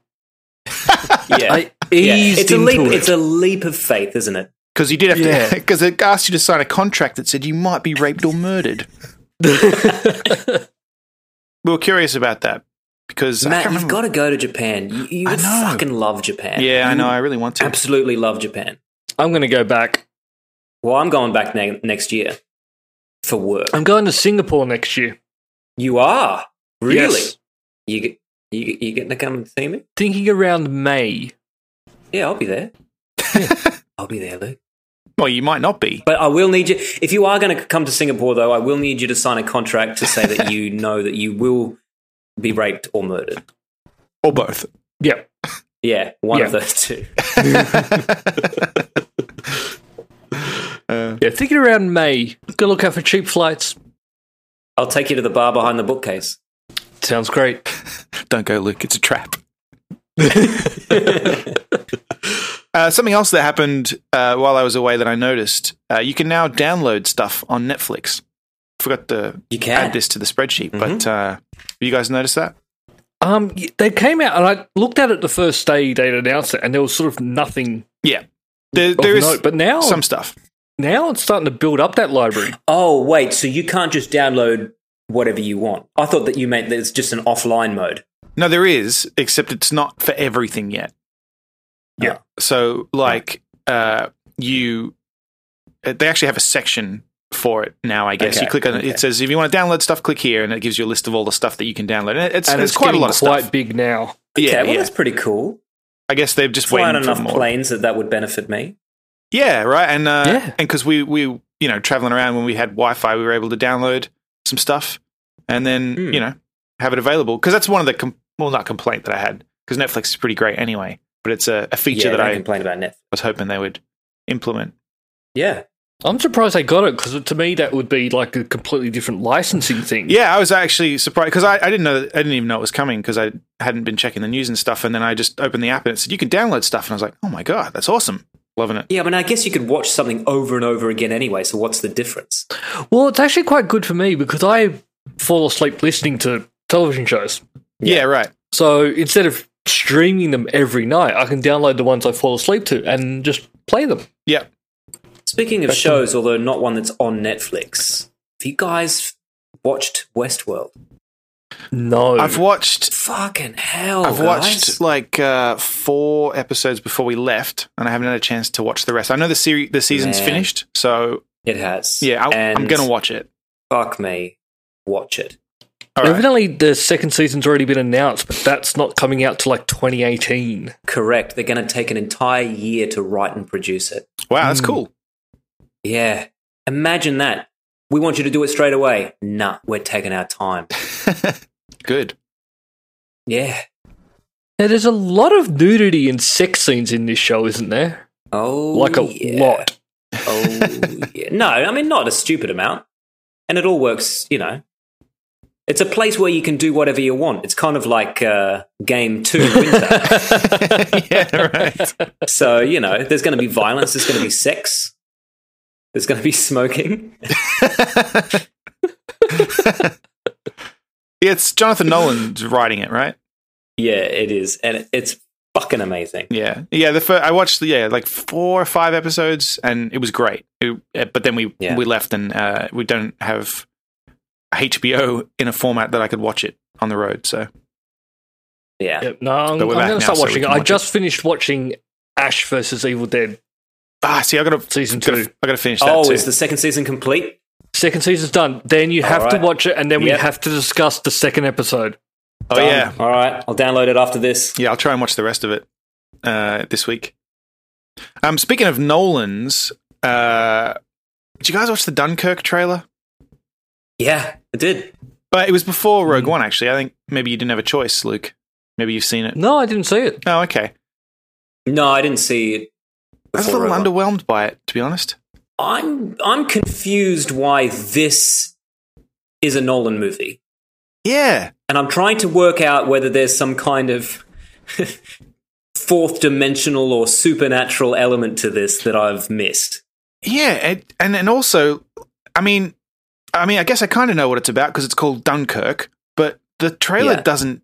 [SPEAKER 5] yeah.
[SPEAKER 3] I
[SPEAKER 5] Yeah.
[SPEAKER 3] eased
[SPEAKER 5] It's a
[SPEAKER 3] into
[SPEAKER 5] leap.
[SPEAKER 3] it.
[SPEAKER 5] It's a leap of faith, isn't it?
[SPEAKER 6] Because you did have to.
[SPEAKER 3] Yeah.
[SPEAKER 6] Because it asked you to sign a contract that said you might be raped or murdered. we were curious about that because I
[SPEAKER 5] Matt,
[SPEAKER 6] can't
[SPEAKER 5] you've
[SPEAKER 6] remember-
[SPEAKER 5] got to go to Japan. You, you
[SPEAKER 6] I
[SPEAKER 5] would
[SPEAKER 6] know.
[SPEAKER 5] fucking love Japan.
[SPEAKER 6] Yeah, I
[SPEAKER 5] You
[SPEAKER 6] know.
[SPEAKER 5] would
[SPEAKER 6] I really want to.
[SPEAKER 5] Absolutely love Japan.
[SPEAKER 3] I'm going to go back.
[SPEAKER 5] Well, I'm going back ne- next year for work.
[SPEAKER 6] Um,
[SPEAKER 3] I'm going to Singapore next year.
[SPEAKER 5] You are really.
[SPEAKER 3] Yes.
[SPEAKER 5] You get you you getting to come and see me?
[SPEAKER 3] Thinking around May.
[SPEAKER 5] Yeah, I'll be there. I'll be there, Luke.
[SPEAKER 6] Well, you might not be.
[SPEAKER 5] But I will need you. If you are going to come to Singapore, though, I will need you to sign a contract to say that you know that you will be raped or murdered.
[SPEAKER 6] Or both.
[SPEAKER 3] Yeah.
[SPEAKER 5] Yeah, one of
[SPEAKER 3] Yeah.
[SPEAKER 5] those two.
[SPEAKER 3] Yeah. Thinking around May. Go look out for cheap flights.
[SPEAKER 5] I'll take you to the bar behind the bookcase.
[SPEAKER 3] Sounds great.
[SPEAKER 6] Don't go, Luke. It's a trap. uh, something else that happened uh, while I was away that I noticed uh, you can now download stuff on Netflix. Forgot to
[SPEAKER 5] You
[SPEAKER 6] add
[SPEAKER 5] can.
[SPEAKER 6] this to the spreadsheet, but
[SPEAKER 5] Mm-hmm.
[SPEAKER 6] uh, you guys noticed that?
[SPEAKER 3] Um, y- they came out and I looked at it the first day they announced it, and there was sort of nothing
[SPEAKER 6] Yeah. There,
[SPEAKER 3] of
[SPEAKER 6] there is
[SPEAKER 3] note. But now,
[SPEAKER 6] some stuff.
[SPEAKER 3] now it's starting to build up that library.
[SPEAKER 5] Oh, wait. So you can't just download whatever you want. I thought that you meant that it's just an offline mode.
[SPEAKER 6] No, there is, except it's not for everything yet. Yeah. Uh, So like uh you uh, they actually have a section for it now, I guess.
[SPEAKER 5] Okay,
[SPEAKER 6] you click on it,
[SPEAKER 5] okay.
[SPEAKER 6] it says if you want to download stuff, click here and it gives you a list of all the stuff that you can download. And it's,
[SPEAKER 3] and
[SPEAKER 6] it's,
[SPEAKER 3] it's,
[SPEAKER 6] quite a
[SPEAKER 3] getting
[SPEAKER 6] lot of
[SPEAKER 3] quite
[SPEAKER 6] stuff.
[SPEAKER 3] big now.
[SPEAKER 5] Okay,
[SPEAKER 6] yeah,
[SPEAKER 5] well,
[SPEAKER 6] yeah.
[SPEAKER 5] that's pretty cool.
[SPEAKER 6] I guess they've just
[SPEAKER 5] Flying
[SPEAKER 6] waited for
[SPEAKER 5] enough
[SPEAKER 6] more.
[SPEAKER 5] planes that that would benefit me.
[SPEAKER 6] Yeah, right. And uh,
[SPEAKER 3] Yeah.
[SPEAKER 6] and because we we you know traveling around when we had Wi-Fi, we were able to download some stuff and then
[SPEAKER 5] Hmm.
[SPEAKER 6] you know have it available because that's one of the com- well not complaint that I had because Netflix is pretty great anyway, but it's a, a feature
[SPEAKER 5] yeah,
[SPEAKER 6] that
[SPEAKER 5] don't
[SPEAKER 6] I
[SPEAKER 5] complain about Netflix.
[SPEAKER 6] was hoping they would implement.
[SPEAKER 5] Yeah,
[SPEAKER 3] I'm surprised they got it because to me that would be like a completely different licensing thing.
[SPEAKER 6] Yeah, I was actually surprised because I, I didn't know I didn't even know it was coming because I hadn't been checking the news and stuff, and then I just opened the app and it said you can download stuff, and I was like, oh my god, that's awesome, loving it.
[SPEAKER 5] yeah, but I guess you could watch something over and over again anyway. So what's the difference?
[SPEAKER 3] Well, it's actually quite good for me because I fall asleep listening to television shows.
[SPEAKER 6] Yeah, right.
[SPEAKER 3] So instead of streaming them every night, I can download the ones I fall asleep to and just play them.
[SPEAKER 6] Yeah,
[SPEAKER 5] Speaking of shows, although not one that's on Netflix, have you guys watched Westworld?
[SPEAKER 3] No,
[SPEAKER 6] I've watched
[SPEAKER 5] Fucking hell!
[SPEAKER 6] I've watched like uh, four episodes before we left, and I haven't had a chance to watch the rest. I know the series, the season's
[SPEAKER 5] Man.
[SPEAKER 6] finished, so
[SPEAKER 5] it has.
[SPEAKER 6] yeah, I, I'm
[SPEAKER 5] And
[SPEAKER 6] going to watch it.
[SPEAKER 5] Fuck me, watch it.
[SPEAKER 6] All right.
[SPEAKER 3] evidently the second season's already been announced, but that's not coming out till like 2018.
[SPEAKER 5] Correct. They're going to take an entire year to write and produce it.
[SPEAKER 6] Wow, that's cool.
[SPEAKER 5] Yeah. Imagine that. We want you to do it straight away. Nah, we're taking our time.
[SPEAKER 6] Good.
[SPEAKER 5] Yeah.
[SPEAKER 3] Now, there's a lot of nudity and sex scenes in this show, isn't there?
[SPEAKER 5] Oh,
[SPEAKER 3] Like a
[SPEAKER 5] yeah.
[SPEAKER 3] lot.
[SPEAKER 5] Oh, yeah. No, I mean, not a stupid amount. And it all works, you know. It's a place where you can do whatever you want. It's kind of like uh, game two winter.
[SPEAKER 6] yeah, right.
[SPEAKER 5] so, you know, there's going to be violence, there's going to be sex, there's going to be smoking.
[SPEAKER 6] It's Jonathan Nolan's writing it, right?
[SPEAKER 5] Yeah, it is. And it, it's fucking amazing.
[SPEAKER 6] Yeah, yeah. The first, I watched, yeah, like four or five episodes, and it was great. It- uh, but then we
[SPEAKER 5] Yeah.
[SPEAKER 6] we left, and uh, we don't have HBO in a format that I could watch it on the road. So
[SPEAKER 5] Yeah.
[SPEAKER 3] Yep, no, I'm,
[SPEAKER 6] But
[SPEAKER 3] I'm
[SPEAKER 6] we're
[SPEAKER 3] going
[SPEAKER 6] back
[SPEAKER 3] to
[SPEAKER 6] now,
[SPEAKER 3] start
[SPEAKER 6] so we
[SPEAKER 3] watching it.
[SPEAKER 6] can
[SPEAKER 3] I
[SPEAKER 6] watch
[SPEAKER 3] just finished watching Ash versus Evil Dead
[SPEAKER 6] ah, see, I got to
[SPEAKER 3] season
[SPEAKER 6] I
[SPEAKER 3] two.
[SPEAKER 6] got to finish that
[SPEAKER 5] Oh,
[SPEAKER 6] too.
[SPEAKER 5] is the second season complete?
[SPEAKER 3] Second season's done. Then you have to
[SPEAKER 5] Alright.
[SPEAKER 3] watch it, and then
[SPEAKER 5] Yep.
[SPEAKER 3] we have to discuss the second episode.
[SPEAKER 6] oh
[SPEAKER 5] Done.
[SPEAKER 6] yeah,
[SPEAKER 5] All right. I'll download it after this.
[SPEAKER 6] Yeah, I'll try and watch the rest of it uh, this week. Um, speaking of Nolan's, uh, did you guys watch the Dunkirk trailer?
[SPEAKER 5] Yeah, I did.
[SPEAKER 6] But it was before Rogue One, actually. I think maybe you didn't have a choice, Luke. Maybe you've seen it.
[SPEAKER 3] No, I didn't see it.
[SPEAKER 6] Oh, okay.
[SPEAKER 5] No, I didn't see it.
[SPEAKER 6] I was a
[SPEAKER 5] before
[SPEAKER 6] little
[SPEAKER 5] Rogue One.
[SPEAKER 6] underwhelmed by it, to be honest.
[SPEAKER 5] I'm I'm confused why this is a Nolan movie,
[SPEAKER 6] Yeah,
[SPEAKER 5] and I'm trying to work out whether there's some kind of fourth dimensional or supernatural element to this that I've missed.
[SPEAKER 6] yeah, it, and and also, I mean, I mean, I guess I kind of know what it's about because it's called Dunkirk, but the trailer
[SPEAKER 5] Yeah.
[SPEAKER 6] doesn't.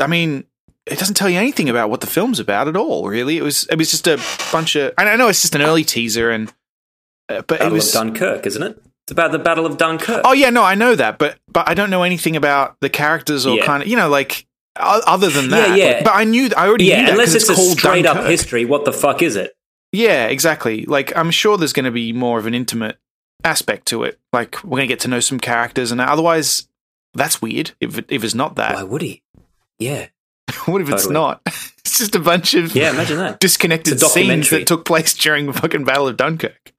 [SPEAKER 6] I mean, it doesn't tell you anything about what the film's about at all. Really, it was it was just a bunch of. And I know it's just an early teaser, and uh, but it
[SPEAKER 5] Battle
[SPEAKER 6] was.
[SPEAKER 5] of Dunkirk, isn't it? It's about the Battle of Dunkirk.
[SPEAKER 6] oh yeah, no, I know that, but but I don't know anything about the characters or
[SPEAKER 5] Yeah.
[SPEAKER 6] kind of you know like o- other than that.
[SPEAKER 5] yeah.
[SPEAKER 6] like- but I knew I already knew
[SPEAKER 5] yeah,
[SPEAKER 6] that
[SPEAKER 5] unless it's,
[SPEAKER 6] 'cause
[SPEAKER 5] a
[SPEAKER 6] called
[SPEAKER 5] straight up
[SPEAKER 6] Dunkirk.
[SPEAKER 5] history, what the fuck is it?
[SPEAKER 6] Yeah, exactly. Like I'm sure there's going to be more of an intimate aspect to it. Like we're going to get to know some characters, and otherwise, that's weird. If it, if it's not
[SPEAKER 5] Why
[SPEAKER 6] that,
[SPEAKER 5] would he? Yeah,
[SPEAKER 6] what if it's
[SPEAKER 5] Totally.
[SPEAKER 6] not? It's just a bunch of
[SPEAKER 5] yeah. Imagine that.
[SPEAKER 6] disconnected
[SPEAKER 5] It's a
[SPEAKER 6] scenes
[SPEAKER 5] documentary.
[SPEAKER 6] that took place during the fucking Battle of Dunkirk.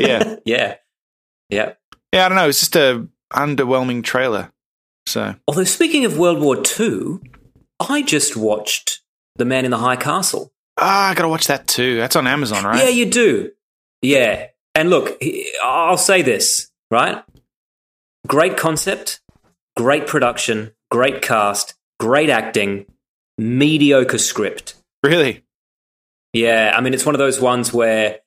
[SPEAKER 6] yeah,
[SPEAKER 5] yeah, yeah.
[SPEAKER 6] yeah, I don't know. It's just a underwhelming trailer. So
[SPEAKER 5] Although speaking of World War II, I just watched The Man in the High Castle.
[SPEAKER 6] ah, I got to watch that too. That's on Amazon, right?
[SPEAKER 5] Yeah, you do. Yeah. And look, he- I'll say this, right? Great concept, great production, great cast, great acting, mediocre script.
[SPEAKER 6] Really?
[SPEAKER 5] Yeah, I mean, it's one of those ones where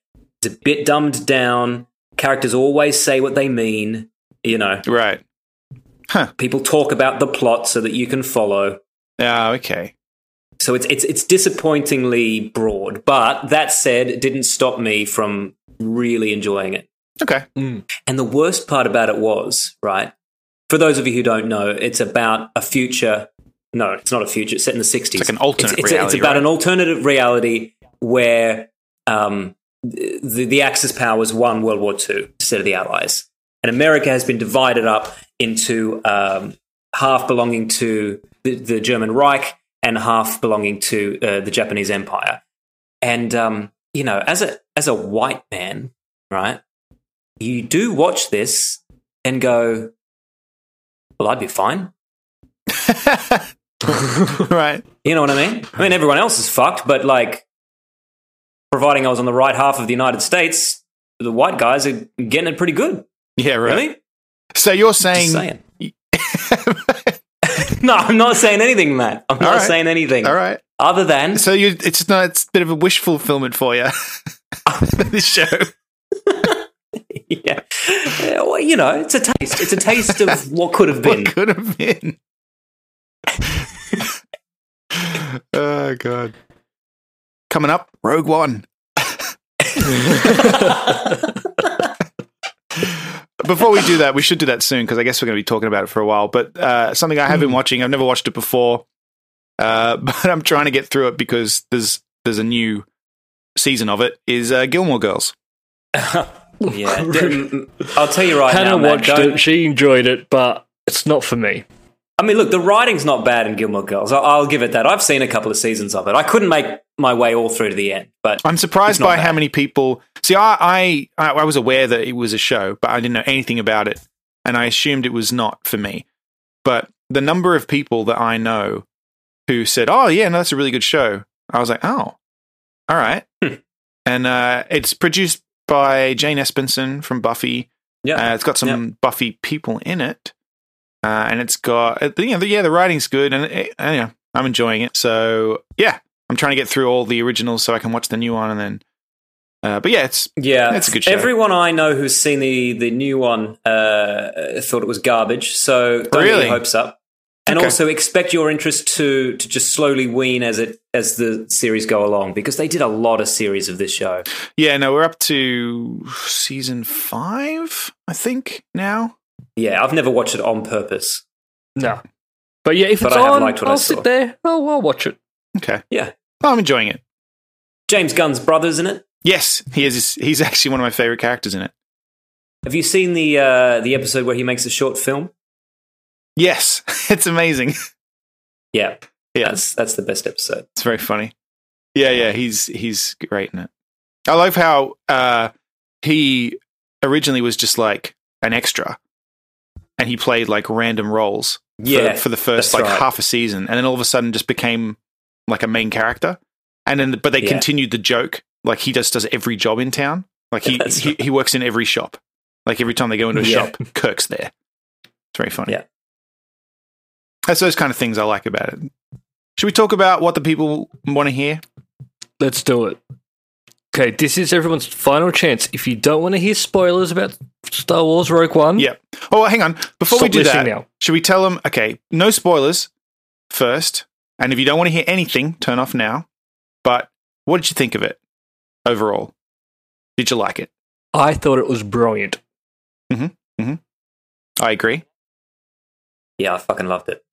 [SPEAKER 5] it's a bit dumbed down. Characters always say what they mean. You know,
[SPEAKER 6] Right.
[SPEAKER 5] people talk about the plot so that you can follow.
[SPEAKER 6] Ah, okay.
[SPEAKER 5] So it's it's it's disappointingly broad, but that said, it didn't stop me from really enjoying it.
[SPEAKER 6] Okay.
[SPEAKER 5] And the worst part about it was, right? For those of you who don't know, it's about a future. No, it's not a future. It's set in the 60s.
[SPEAKER 6] It's like an alternate
[SPEAKER 5] it's, it's,
[SPEAKER 6] reality,
[SPEAKER 5] It's about
[SPEAKER 6] right?
[SPEAKER 5] an alternative reality where um, the, the Axis powers won World War II instead of the Allies. And America has been divided up into um, half belonging to the, the German Reich and half belonging to uh, the Japanese Empire. And um, you know, as a as a white man, right, you do watch this and go, "Well, I'd be fine."
[SPEAKER 6] right.
[SPEAKER 5] You know what I mean? I mean, everyone else is fucked, but like, providing I was on the right half of the United States, the white guys are getting it pretty good.
[SPEAKER 6] Yeah, right.
[SPEAKER 5] Really?
[SPEAKER 6] So you're
[SPEAKER 5] Just
[SPEAKER 6] saying,
[SPEAKER 5] saying. No, I'm not saying anything, Matt. I'm not
[SPEAKER 6] All right.
[SPEAKER 5] saying anything.
[SPEAKER 6] all right.
[SPEAKER 5] Other than
[SPEAKER 6] So you, it's no, it's a bit of a wish fulfillment for you. this show.
[SPEAKER 5] yeah. Yeah, Well, you know, it's a taste. It's a taste of what could have been.
[SPEAKER 6] What could have been? oh god. Coming up, Rogue One. Before we do that, we should do that soon because I guess we're going to be talking about it for a while. But uh, something I have been watching, I've never watched it before, uh, but I'm trying to get through it because there's there's a new season of it. Is uh, Gilmore Girls?
[SPEAKER 5] yeah. Then- I'll tell you right
[SPEAKER 3] Hannah
[SPEAKER 5] now, Matt,
[SPEAKER 3] watched
[SPEAKER 5] don't-
[SPEAKER 3] it. She enjoyed it, but it's not for me.
[SPEAKER 5] I mean, look, the writing's not bad in Gilmore Girls. I- I'll give it that. I've seen a couple of seasons of it. I couldn't make my way all through to the end, but
[SPEAKER 6] I'm
[SPEAKER 5] It's
[SPEAKER 6] surprised
[SPEAKER 5] not
[SPEAKER 6] by
[SPEAKER 5] bad.
[SPEAKER 6] how many people. See, I, I I I was aware that it was a show, but I didn't know anything about it, and I assumed it was not for me. But the number of people that I know who said, "Oh yeah, no, that's a really good show," I was like, "Oh, all right."
[SPEAKER 5] Hmm.
[SPEAKER 6] And uh, it's produced by Jane Espenson from Buffy.
[SPEAKER 5] yeah,
[SPEAKER 6] Uh, it's got some Buffy people in it, uh, and it's got uh, you know, the, yeah, the writing's good, and it, uh, yeah, I'm enjoying it. So yeah, I'm trying to get through all the originals so I can watch the new one, and then. Uh, but yeah, it's
[SPEAKER 5] yeah,
[SPEAKER 6] that's a good show.
[SPEAKER 5] Everyone I know who's seen the the new one uh, thought it was garbage, so don't get
[SPEAKER 6] Really?
[SPEAKER 5] your hopes up. And
[SPEAKER 6] Okay.
[SPEAKER 5] also expect your interest to to just slowly wean as it as the series go along, because they did a lot of series of this show.
[SPEAKER 6] yeah. No, we're up to season five, I think now.
[SPEAKER 5] Yeah, I've never watched it on purpose.
[SPEAKER 3] No. But yeah, if
[SPEAKER 5] But
[SPEAKER 3] it's
[SPEAKER 5] I have
[SPEAKER 3] on,
[SPEAKER 5] liked what I
[SPEAKER 3] I'll
[SPEAKER 5] saw.
[SPEAKER 3] sit there. Oh, I'll watch it.
[SPEAKER 6] Okay,
[SPEAKER 5] Yeah,
[SPEAKER 6] oh, I'm enjoying it.
[SPEAKER 5] James Gunn's brothers in it.
[SPEAKER 6] Yes, he is. He's actually one of my favorite characters in it.
[SPEAKER 5] Have you seen the uh, the episode where he makes a short film?
[SPEAKER 6] Yes, it's amazing.
[SPEAKER 5] Yeah,
[SPEAKER 6] Yeah,
[SPEAKER 5] that's that's the best episode.
[SPEAKER 6] It's very funny. Yeah, yeah, he's he's great in it. I love how uh, he originally was just like an extra, and he played like random roles. for-
[SPEAKER 5] Yeah,
[SPEAKER 6] for, the first
[SPEAKER 5] that's
[SPEAKER 6] like
[SPEAKER 5] right.
[SPEAKER 6] half a season, and then all of a sudden just became like a main character. And then, but they
[SPEAKER 5] Yeah.
[SPEAKER 6] continued the joke. Like he just does every job in town. Like he
[SPEAKER 5] That's
[SPEAKER 6] he, he works in every shop. Like every time they go into a
[SPEAKER 5] Yeah.
[SPEAKER 6] shop, Kirk's there. It's very funny.
[SPEAKER 5] Yeah.
[SPEAKER 6] That's those kind of things I like about it. Should we talk about what the people want to hear?
[SPEAKER 3] Let's do it. Okay, this is everyone's final chance. If you don't want to hear spoilers about Star Wars Rogue One,
[SPEAKER 5] Hmm?
[SPEAKER 6] Yeah. Oh, hang on. Before we
[SPEAKER 3] Stop
[SPEAKER 6] do that,
[SPEAKER 3] listening now.
[SPEAKER 6] should we tell them? Okay, no spoilers first. And if you don't want to hear anything, turn off now. But what did you think of it overall? Did you like it?
[SPEAKER 3] I thought it was brilliant.
[SPEAKER 6] I agree.
[SPEAKER 5] Yeah, I fucking loved it.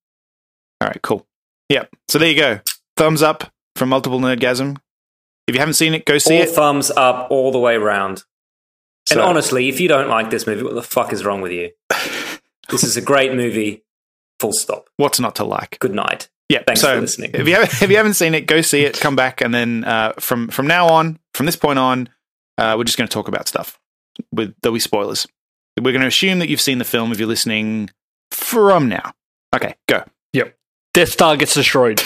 [SPEAKER 6] All right, cool. Yep. So there you go. Thumbs up from multiple nerdgasm. If you haven't seen it, go see
[SPEAKER 5] all
[SPEAKER 6] it.
[SPEAKER 5] thumbs up all the way round.
[SPEAKER 6] So-
[SPEAKER 5] And honestly, if you don't like this movie, what the fuck is wrong with you? this is a great movie. Full stop.
[SPEAKER 6] What's not to like?
[SPEAKER 5] Good night.
[SPEAKER 6] Yeah.
[SPEAKER 5] Thanks
[SPEAKER 6] so
[SPEAKER 5] for listening.
[SPEAKER 6] If you haven't, if you haven't seen it, go see it. Come back, and then uh, from from now on, from this point on, uh, we're just going to talk about stuff. With there'll be spoilers. We're going to assume that you've seen the film if you're listening from now. Okay, go.
[SPEAKER 3] Yep. Death Star gets destroyed.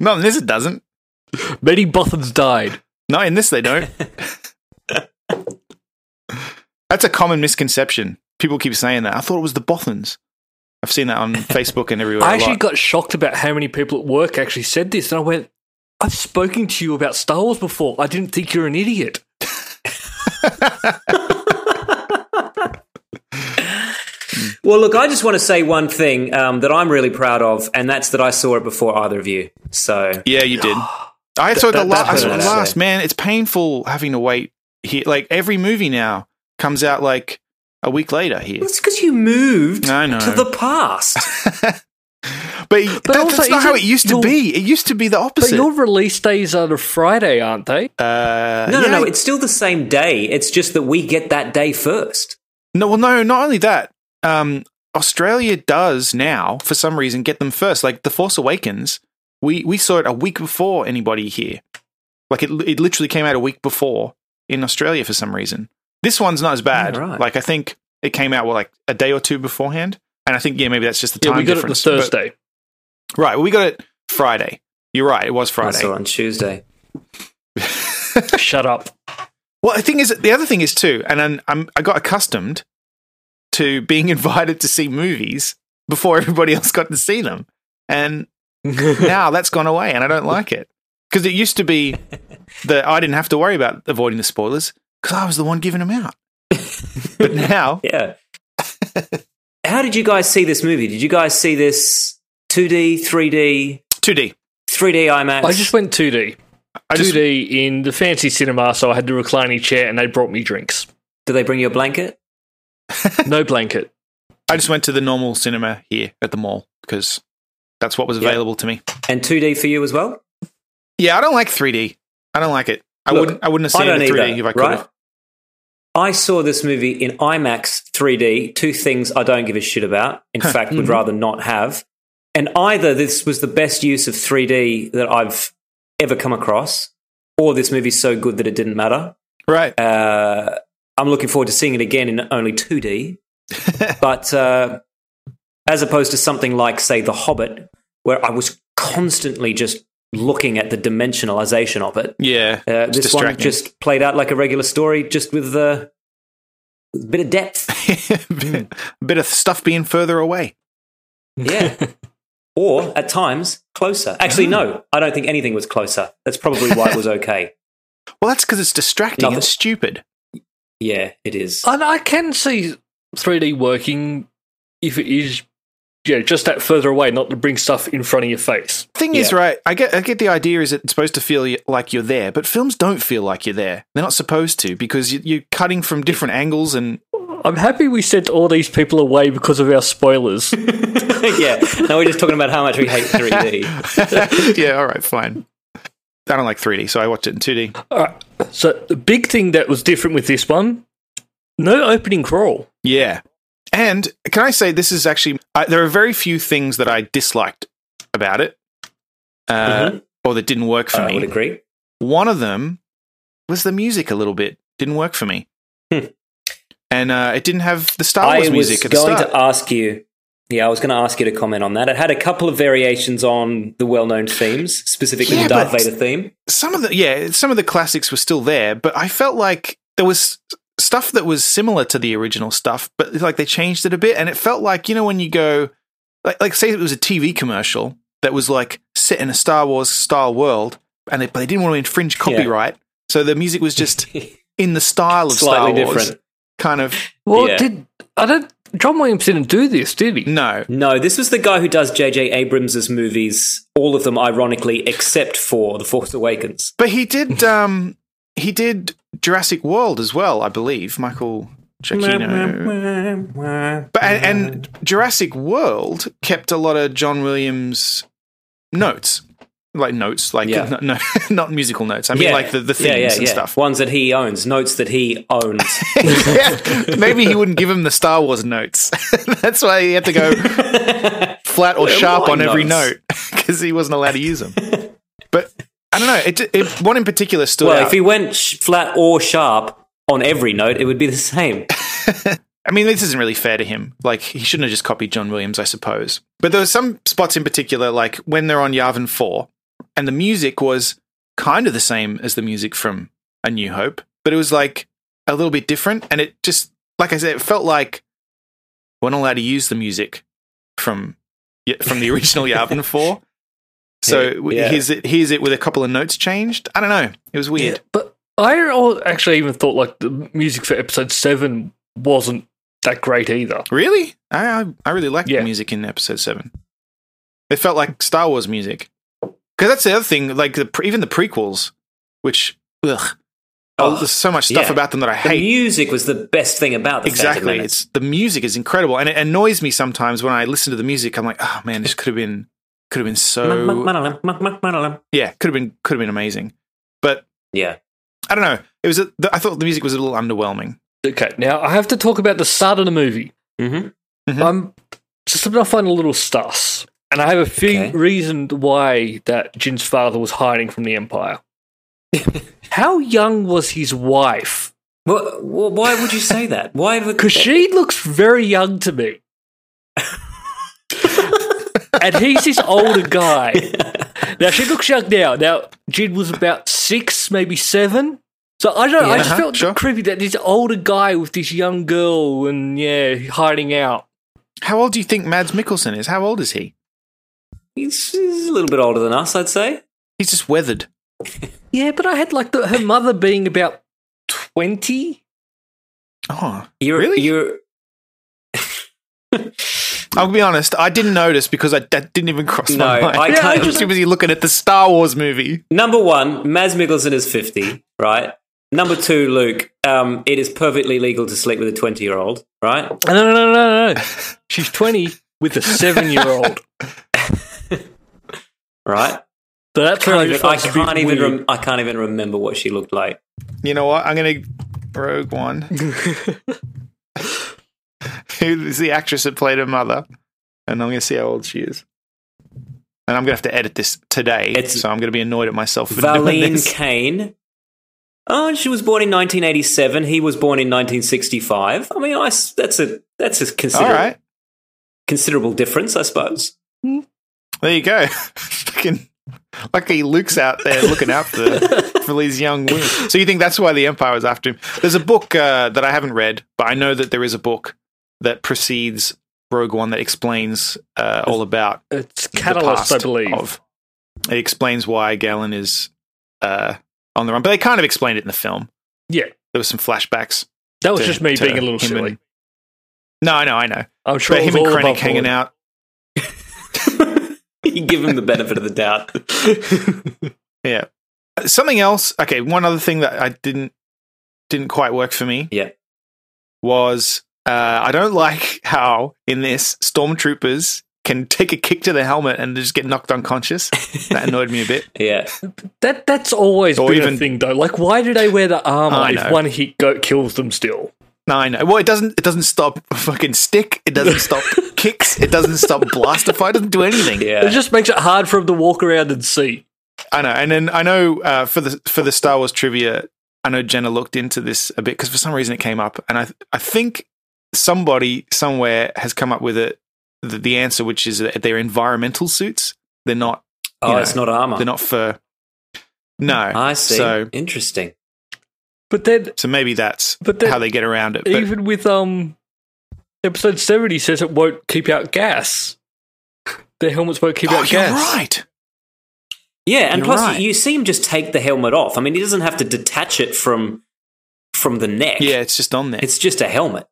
[SPEAKER 6] Not in this, it doesn't.
[SPEAKER 3] Many Bothans died.
[SPEAKER 6] No, in this they don't. That's a common misconception. People keep saying that. I thought it was the Bothans. I've seen that on Facebook and everywhere.
[SPEAKER 3] I
[SPEAKER 6] a
[SPEAKER 3] actually
[SPEAKER 6] lot.
[SPEAKER 3] got shocked about how many people at work actually said this, and I went, I've spoken to you about Star Wars before. I didn't think you're an idiot.
[SPEAKER 5] Well, look, I just want to say one thing um, that I'm really proud of, and that's that I saw it before either of you. So
[SPEAKER 6] Yeah, you did. I saw the
[SPEAKER 5] that-
[SPEAKER 6] last.
[SPEAKER 5] that
[SPEAKER 6] I
[SPEAKER 5] hurt,
[SPEAKER 6] saw the
[SPEAKER 5] actually.
[SPEAKER 6] last. Man, it's painful having to wait here. Like every movie now comes out like a week later here.
[SPEAKER 5] it's because you moved
[SPEAKER 6] I know.
[SPEAKER 5] to the past.
[SPEAKER 6] But, that-
[SPEAKER 3] also,
[SPEAKER 6] that's not how it
[SPEAKER 3] isn't
[SPEAKER 6] used to
[SPEAKER 3] your-
[SPEAKER 6] be. It used to be the
[SPEAKER 3] But
[SPEAKER 6] opposite.
[SPEAKER 3] your release days are a Friday, aren't they?
[SPEAKER 5] No,
[SPEAKER 6] Uh, yeah,
[SPEAKER 5] no, no. It's still the same day. It's just that we get that day first.
[SPEAKER 6] No, well, no, not only that. Um, Australia does now, for some reason, get them first. Like The Force Awakens, we, we saw it a week before anybody here. Like it, it literally came out a week before in Australia for some reason. This one's not as bad.
[SPEAKER 5] Oh, right.
[SPEAKER 6] Like I think it came out well, like a day or two beforehand, and I think yeah, maybe that's just the time
[SPEAKER 3] Yeah, we got
[SPEAKER 6] difference.
[SPEAKER 3] it
[SPEAKER 6] But-
[SPEAKER 3] the Thursday.
[SPEAKER 6] right? Well, we got it Friday. You're right. It was Friday.
[SPEAKER 5] Also on Tuesday.
[SPEAKER 3] Shut up.
[SPEAKER 6] Well, the thing is, the other thing is too, and I'm, I'm I got accustomed to being invited to see movies before everybody else got to see them, and now that's gone away, and I don't like it because it used to be that I didn't have to worry about avoiding the spoilers because I was the one giving them out, but now
[SPEAKER 5] Yeah. How did you guys see this movie? Did you guys see this 2D, 3D,
[SPEAKER 6] 2D.
[SPEAKER 5] 3D IMAX?
[SPEAKER 3] I just went 2D.
[SPEAKER 6] I just-
[SPEAKER 3] 2D in the fancy cinema, so I had the reclining chair and they brought me drinks.
[SPEAKER 5] Did they bring you a blanket?
[SPEAKER 3] No blanket.
[SPEAKER 6] I just went to the normal cinema here at the mall because that's what was available to me.
[SPEAKER 5] And 2D for you as well?
[SPEAKER 6] Yeah, I don't like 3D. I don't like it. I
[SPEAKER 5] Look,
[SPEAKER 6] wouldn't. I wouldn't have seen
[SPEAKER 5] I don't
[SPEAKER 6] it in 3D
[SPEAKER 5] either,
[SPEAKER 6] if I could
[SPEAKER 5] right?
[SPEAKER 6] have.
[SPEAKER 5] I saw this movie in IMAX 3D, two things I don't give a shit about. In fact,
[SPEAKER 3] mm-hmm.
[SPEAKER 5] would rather not have. And either this was the best use of 3D that I've ever come across, or this movie's so good that it didn't matter.
[SPEAKER 6] Right.
[SPEAKER 5] Uh, I'm looking forward to seeing it again in only 2D. but uh, as opposed to something like, say, The Hobbit, where I was constantly just looking at the dimensionalization of it.
[SPEAKER 6] Yeah.
[SPEAKER 5] Uh,
[SPEAKER 6] it's
[SPEAKER 5] this one
[SPEAKER 6] distracting.
[SPEAKER 5] just played out like a regular story, just with uh, a bit of depth. Hmm.
[SPEAKER 6] bit, bit of stuff being further away.
[SPEAKER 5] Yeah. or at times, closer. Actually,
[SPEAKER 6] Ah.
[SPEAKER 5] no, I don't think anything was closer. That's probably why it was okay.
[SPEAKER 6] Well, that's because it's distracting
[SPEAKER 5] Nothing.
[SPEAKER 6] and stupid.
[SPEAKER 5] Yeah, it is.
[SPEAKER 6] Oh.
[SPEAKER 3] And I can see 3D working if it is yeah, just that further away, not to bring stuff in front of your face.
[SPEAKER 6] Thing is,
[SPEAKER 5] Yeah.
[SPEAKER 6] right? I get, I get the idea is it's supposed to feel y- like you're there, but films don't feel like you're there. They're not supposed to because you- you're cutting from different angles and
[SPEAKER 3] I'm happy we sent all these people away because of our spoilers.
[SPEAKER 5] yeah. Now we're just talking about how much we hate 3D.
[SPEAKER 6] yeah. All right, fine. I don't like 3D, so I watched it in 2D.
[SPEAKER 3] all right. So the big thing that was different with this one, no opening crawl.
[SPEAKER 6] Yeah. And can I say this is actually I, there are very few things that I disliked about it, uh, or that didn't work for
[SPEAKER 5] Mm-hmm. Uh, I
[SPEAKER 6] me.
[SPEAKER 5] would agree.
[SPEAKER 6] One of them was the music a little bit. Didn't work for me.
[SPEAKER 5] Hmm.
[SPEAKER 6] And uh, it didn't have the Star
[SPEAKER 5] I
[SPEAKER 6] Wars
[SPEAKER 5] was
[SPEAKER 6] music at the
[SPEAKER 5] going
[SPEAKER 6] start.
[SPEAKER 5] to ask you. Yeah, I was going to ask you to comment on that. It had a couple of variations on the well-known themes, specifically
[SPEAKER 6] Yeah,
[SPEAKER 5] the Darth
[SPEAKER 6] but-
[SPEAKER 5] Vader theme.
[SPEAKER 6] some of the yeah, some of the classics were still there, but I felt like there was stuff that was similar to the original stuff, but like they changed it a bit and it felt like, you know, when you go like like say it was a TV commercial that was like set in a Star Wars style world and they, but they didn't want to infringe copyright. So the music was just in the style of
[SPEAKER 5] Slightly
[SPEAKER 6] Star Wars.
[SPEAKER 5] different.
[SPEAKER 6] Kind of
[SPEAKER 3] Well,
[SPEAKER 5] Yeah.
[SPEAKER 3] did I don't? John Williams didn't do this, did he?
[SPEAKER 6] no.
[SPEAKER 5] No, this was the guy who does J.J. Abrams' movies, all of them, ironically, except for The Force Awakens.
[SPEAKER 6] But he did. Um, he did Jurassic World as well, I believe. Michael Giacchino. but and, and Jurassic World kept a lot of John Williams notes, like notes, like
[SPEAKER 5] Yeah.
[SPEAKER 6] no, no, not musical notes. I mean, like the the themes
[SPEAKER 5] Yeah, yeah,
[SPEAKER 6] and
[SPEAKER 5] yeah.
[SPEAKER 6] stuff.
[SPEAKER 5] Ones that he owns, notes that he owns.
[SPEAKER 6] Yeah. Maybe he wouldn't give him the Star Wars notes. That's why he had to go flat or sharp
[SPEAKER 5] why
[SPEAKER 6] on every
[SPEAKER 5] notes?
[SPEAKER 6] note because he wasn't allowed to use them. But I don't know. It, it one in particular stood
[SPEAKER 5] well,
[SPEAKER 6] out.
[SPEAKER 5] if he went sh- flat or sharp on every note, it would be the same.
[SPEAKER 6] I mean, this isn't really fair to him. Like, he shouldn't have just copied John Williams, I suppose. But there were some spots in particular, like when they're on Yavin 4, and the music was kind of the same as the music from A New Hope, but it was like a little bit different. And it just, like I said, it felt like we're not allowed to use the music from yeah, from the original Yavin 4. So w-
[SPEAKER 5] Yeah.
[SPEAKER 6] here's, it, here's it with a couple of notes changed. I don't know. It was weird.
[SPEAKER 3] But I al- actually even thought like the music for episode seven wasn't that great either.
[SPEAKER 6] Really? I I, I really liked
[SPEAKER 3] Yeah.
[SPEAKER 6] the music in episode seven. It felt like Star Wars music. Because that's the other thing, like the pre- even the prequels, which ugh, oh,
[SPEAKER 5] Oh,
[SPEAKER 6] there's so much stuff
[SPEAKER 5] yeah.
[SPEAKER 6] about them that I
[SPEAKER 5] The
[SPEAKER 6] hate.
[SPEAKER 5] music was the best thing about the Phantom
[SPEAKER 6] exactly,
[SPEAKER 5] Menace.
[SPEAKER 6] it's the music is incredible, and it annoys me sometimes when I listen to the music. I'm like, oh man, this could have been Could have been so yeah, could have been could have been amazing. But
[SPEAKER 5] Yeah.
[SPEAKER 6] I don't know. It was a, the, I thought the music was a little underwhelming.
[SPEAKER 3] Okay, now I have to talk about the start of the movie.
[SPEAKER 5] Mm-hmm.
[SPEAKER 6] Mhm.
[SPEAKER 3] I'm just something I find a little sus, and I have a few
[SPEAKER 5] Okay.
[SPEAKER 3] reasons why that Jin's father was hiding from the Empire. How young was his wife?
[SPEAKER 5] Well, well, why would you say that? Why would
[SPEAKER 3] Because she looks very young to me, and he's this older guy. Now she looks young now. Now Jin was about six, maybe seven. So I don't. know. I
[SPEAKER 6] Yeah,
[SPEAKER 3] just
[SPEAKER 6] uh-huh,
[SPEAKER 3] felt
[SPEAKER 6] sure.
[SPEAKER 3] creepy that this older guy with this young girl and yeah, hiding out.
[SPEAKER 6] How old do you think Mads Mikkelsen is? How old is he?
[SPEAKER 5] He's, he's a little bit older than us, I'd say.
[SPEAKER 6] He's just weathered.
[SPEAKER 3] Yeah, but I had like the, her mother being about twenty.
[SPEAKER 6] Oh,
[SPEAKER 5] You're,
[SPEAKER 6] Really?
[SPEAKER 5] You're,
[SPEAKER 6] I'll be honest. I didn't notice because I, that didn't even cross my
[SPEAKER 5] No,
[SPEAKER 6] mind.
[SPEAKER 5] I
[SPEAKER 6] I,
[SPEAKER 5] Yeah, can't- I
[SPEAKER 6] was
[SPEAKER 5] just-
[SPEAKER 6] too busy looking at the Star Wars movie.
[SPEAKER 5] number one, Maz Mikkelsen is 50, right? Number two, Luke, um, it is perfectly legal to sleep with a 20 year old, right?
[SPEAKER 3] No, no, no, no, no. She's twenty with a seven-year-old.
[SPEAKER 5] Right?
[SPEAKER 3] So that's where
[SPEAKER 5] Can't
[SPEAKER 3] I
[SPEAKER 5] even-
[SPEAKER 3] just
[SPEAKER 5] I
[SPEAKER 3] felt a bit
[SPEAKER 5] can't even
[SPEAKER 3] weird.
[SPEAKER 5] rem- I can't even remember what she looked like.
[SPEAKER 6] You know what? I'm gonna Rogue One. Who's the actress that played her mother? And I'm gonna see how old she is. And I'm gonna have to edit this today,
[SPEAKER 5] It's-
[SPEAKER 6] so I'm gonna be annoyed at myself for doing
[SPEAKER 5] Valene
[SPEAKER 6] this.
[SPEAKER 5] Kane. Oh, she was born in 1987. He was born in 1965. I mean, I s that's a that's a
[SPEAKER 6] All
[SPEAKER 5] considerable
[SPEAKER 6] right,
[SPEAKER 5] considerable difference, I suppose.
[SPEAKER 6] there you go. Fucking lucky Luke's out there looking out for, for these young women. So you think that's why the Empire was after him? There's a book uh, that I haven't read, but I know that there is a book that precedes Rogue One that explains uh, all about
[SPEAKER 3] It's
[SPEAKER 6] the
[SPEAKER 3] catalyst,
[SPEAKER 6] past
[SPEAKER 3] I believe.
[SPEAKER 6] of- It explains why Galen is uh, on the run, but they kind of explained it in the film.
[SPEAKER 3] Yeah,
[SPEAKER 6] There was some flashbacks.
[SPEAKER 3] that was
[SPEAKER 6] to-
[SPEAKER 3] Oh, just me
[SPEAKER 6] to
[SPEAKER 3] being a little
[SPEAKER 6] him
[SPEAKER 3] silly.
[SPEAKER 6] and- No, I know, I know.
[SPEAKER 3] I'm sure
[SPEAKER 6] But
[SPEAKER 3] it was
[SPEAKER 6] him and
[SPEAKER 3] all
[SPEAKER 6] Krennic
[SPEAKER 3] above
[SPEAKER 6] hanging
[SPEAKER 3] board.
[SPEAKER 6] out.
[SPEAKER 5] you give him the benefit of the doubt.
[SPEAKER 6] Yeah. Uh, Something else. Okay, one other thing that I didn't didn't quite work for me
[SPEAKER 5] yeah.
[SPEAKER 6] was uh, I don't like how in this stormtroopers can take a kick to the helmet and just get knocked unconscious. That annoyed me a bit.
[SPEAKER 5] Yeah.
[SPEAKER 3] That that's always
[SPEAKER 6] Or
[SPEAKER 3] been
[SPEAKER 6] even-
[SPEAKER 3] a thing though. Like, why do they wear the
[SPEAKER 6] I
[SPEAKER 3] armor
[SPEAKER 6] know.
[SPEAKER 3] if one hit go- kills them still?
[SPEAKER 6] No, I know. Well, it doesn't. It doesn't stop fucking stick. It doesn't stop kicks. It doesn't stop blaster fire. It doesn't do anything.
[SPEAKER 5] Yeah.
[SPEAKER 3] It just makes it hard for them to walk around and see.
[SPEAKER 6] I know, and then I know uh, for the for the Star Wars trivia, I know Jenna looked into this a bit because for some reason it came up, and I I think somebody somewhere has come up with it the, the answer, which is that they're environmental suits. They're not.
[SPEAKER 5] oh,
[SPEAKER 6] you know,
[SPEAKER 5] it's not armor.
[SPEAKER 6] They're not for. No,
[SPEAKER 5] I see.
[SPEAKER 6] So
[SPEAKER 5] Interesting.
[SPEAKER 3] But then,
[SPEAKER 6] so maybe that's
[SPEAKER 3] But that-
[SPEAKER 6] how they get around it. But
[SPEAKER 3] even with um, episode seven, he says it won't keep out gas. Their helmets won't keep
[SPEAKER 6] oh,
[SPEAKER 3] out
[SPEAKER 6] you're
[SPEAKER 3] gas.
[SPEAKER 6] right.
[SPEAKER 5] Yeah, and
[SPEAKER 6] You're
[SPEAKER 5] plus
[SPEAKER 6] right.
[SPEAKER 5] you, you see him just take the helmet off. I mean, he doesn't have to detach it from from the neck.
[SPEAKER 6] Yeah, it's just on there.
[SPEAKER 5] It's just a helmet.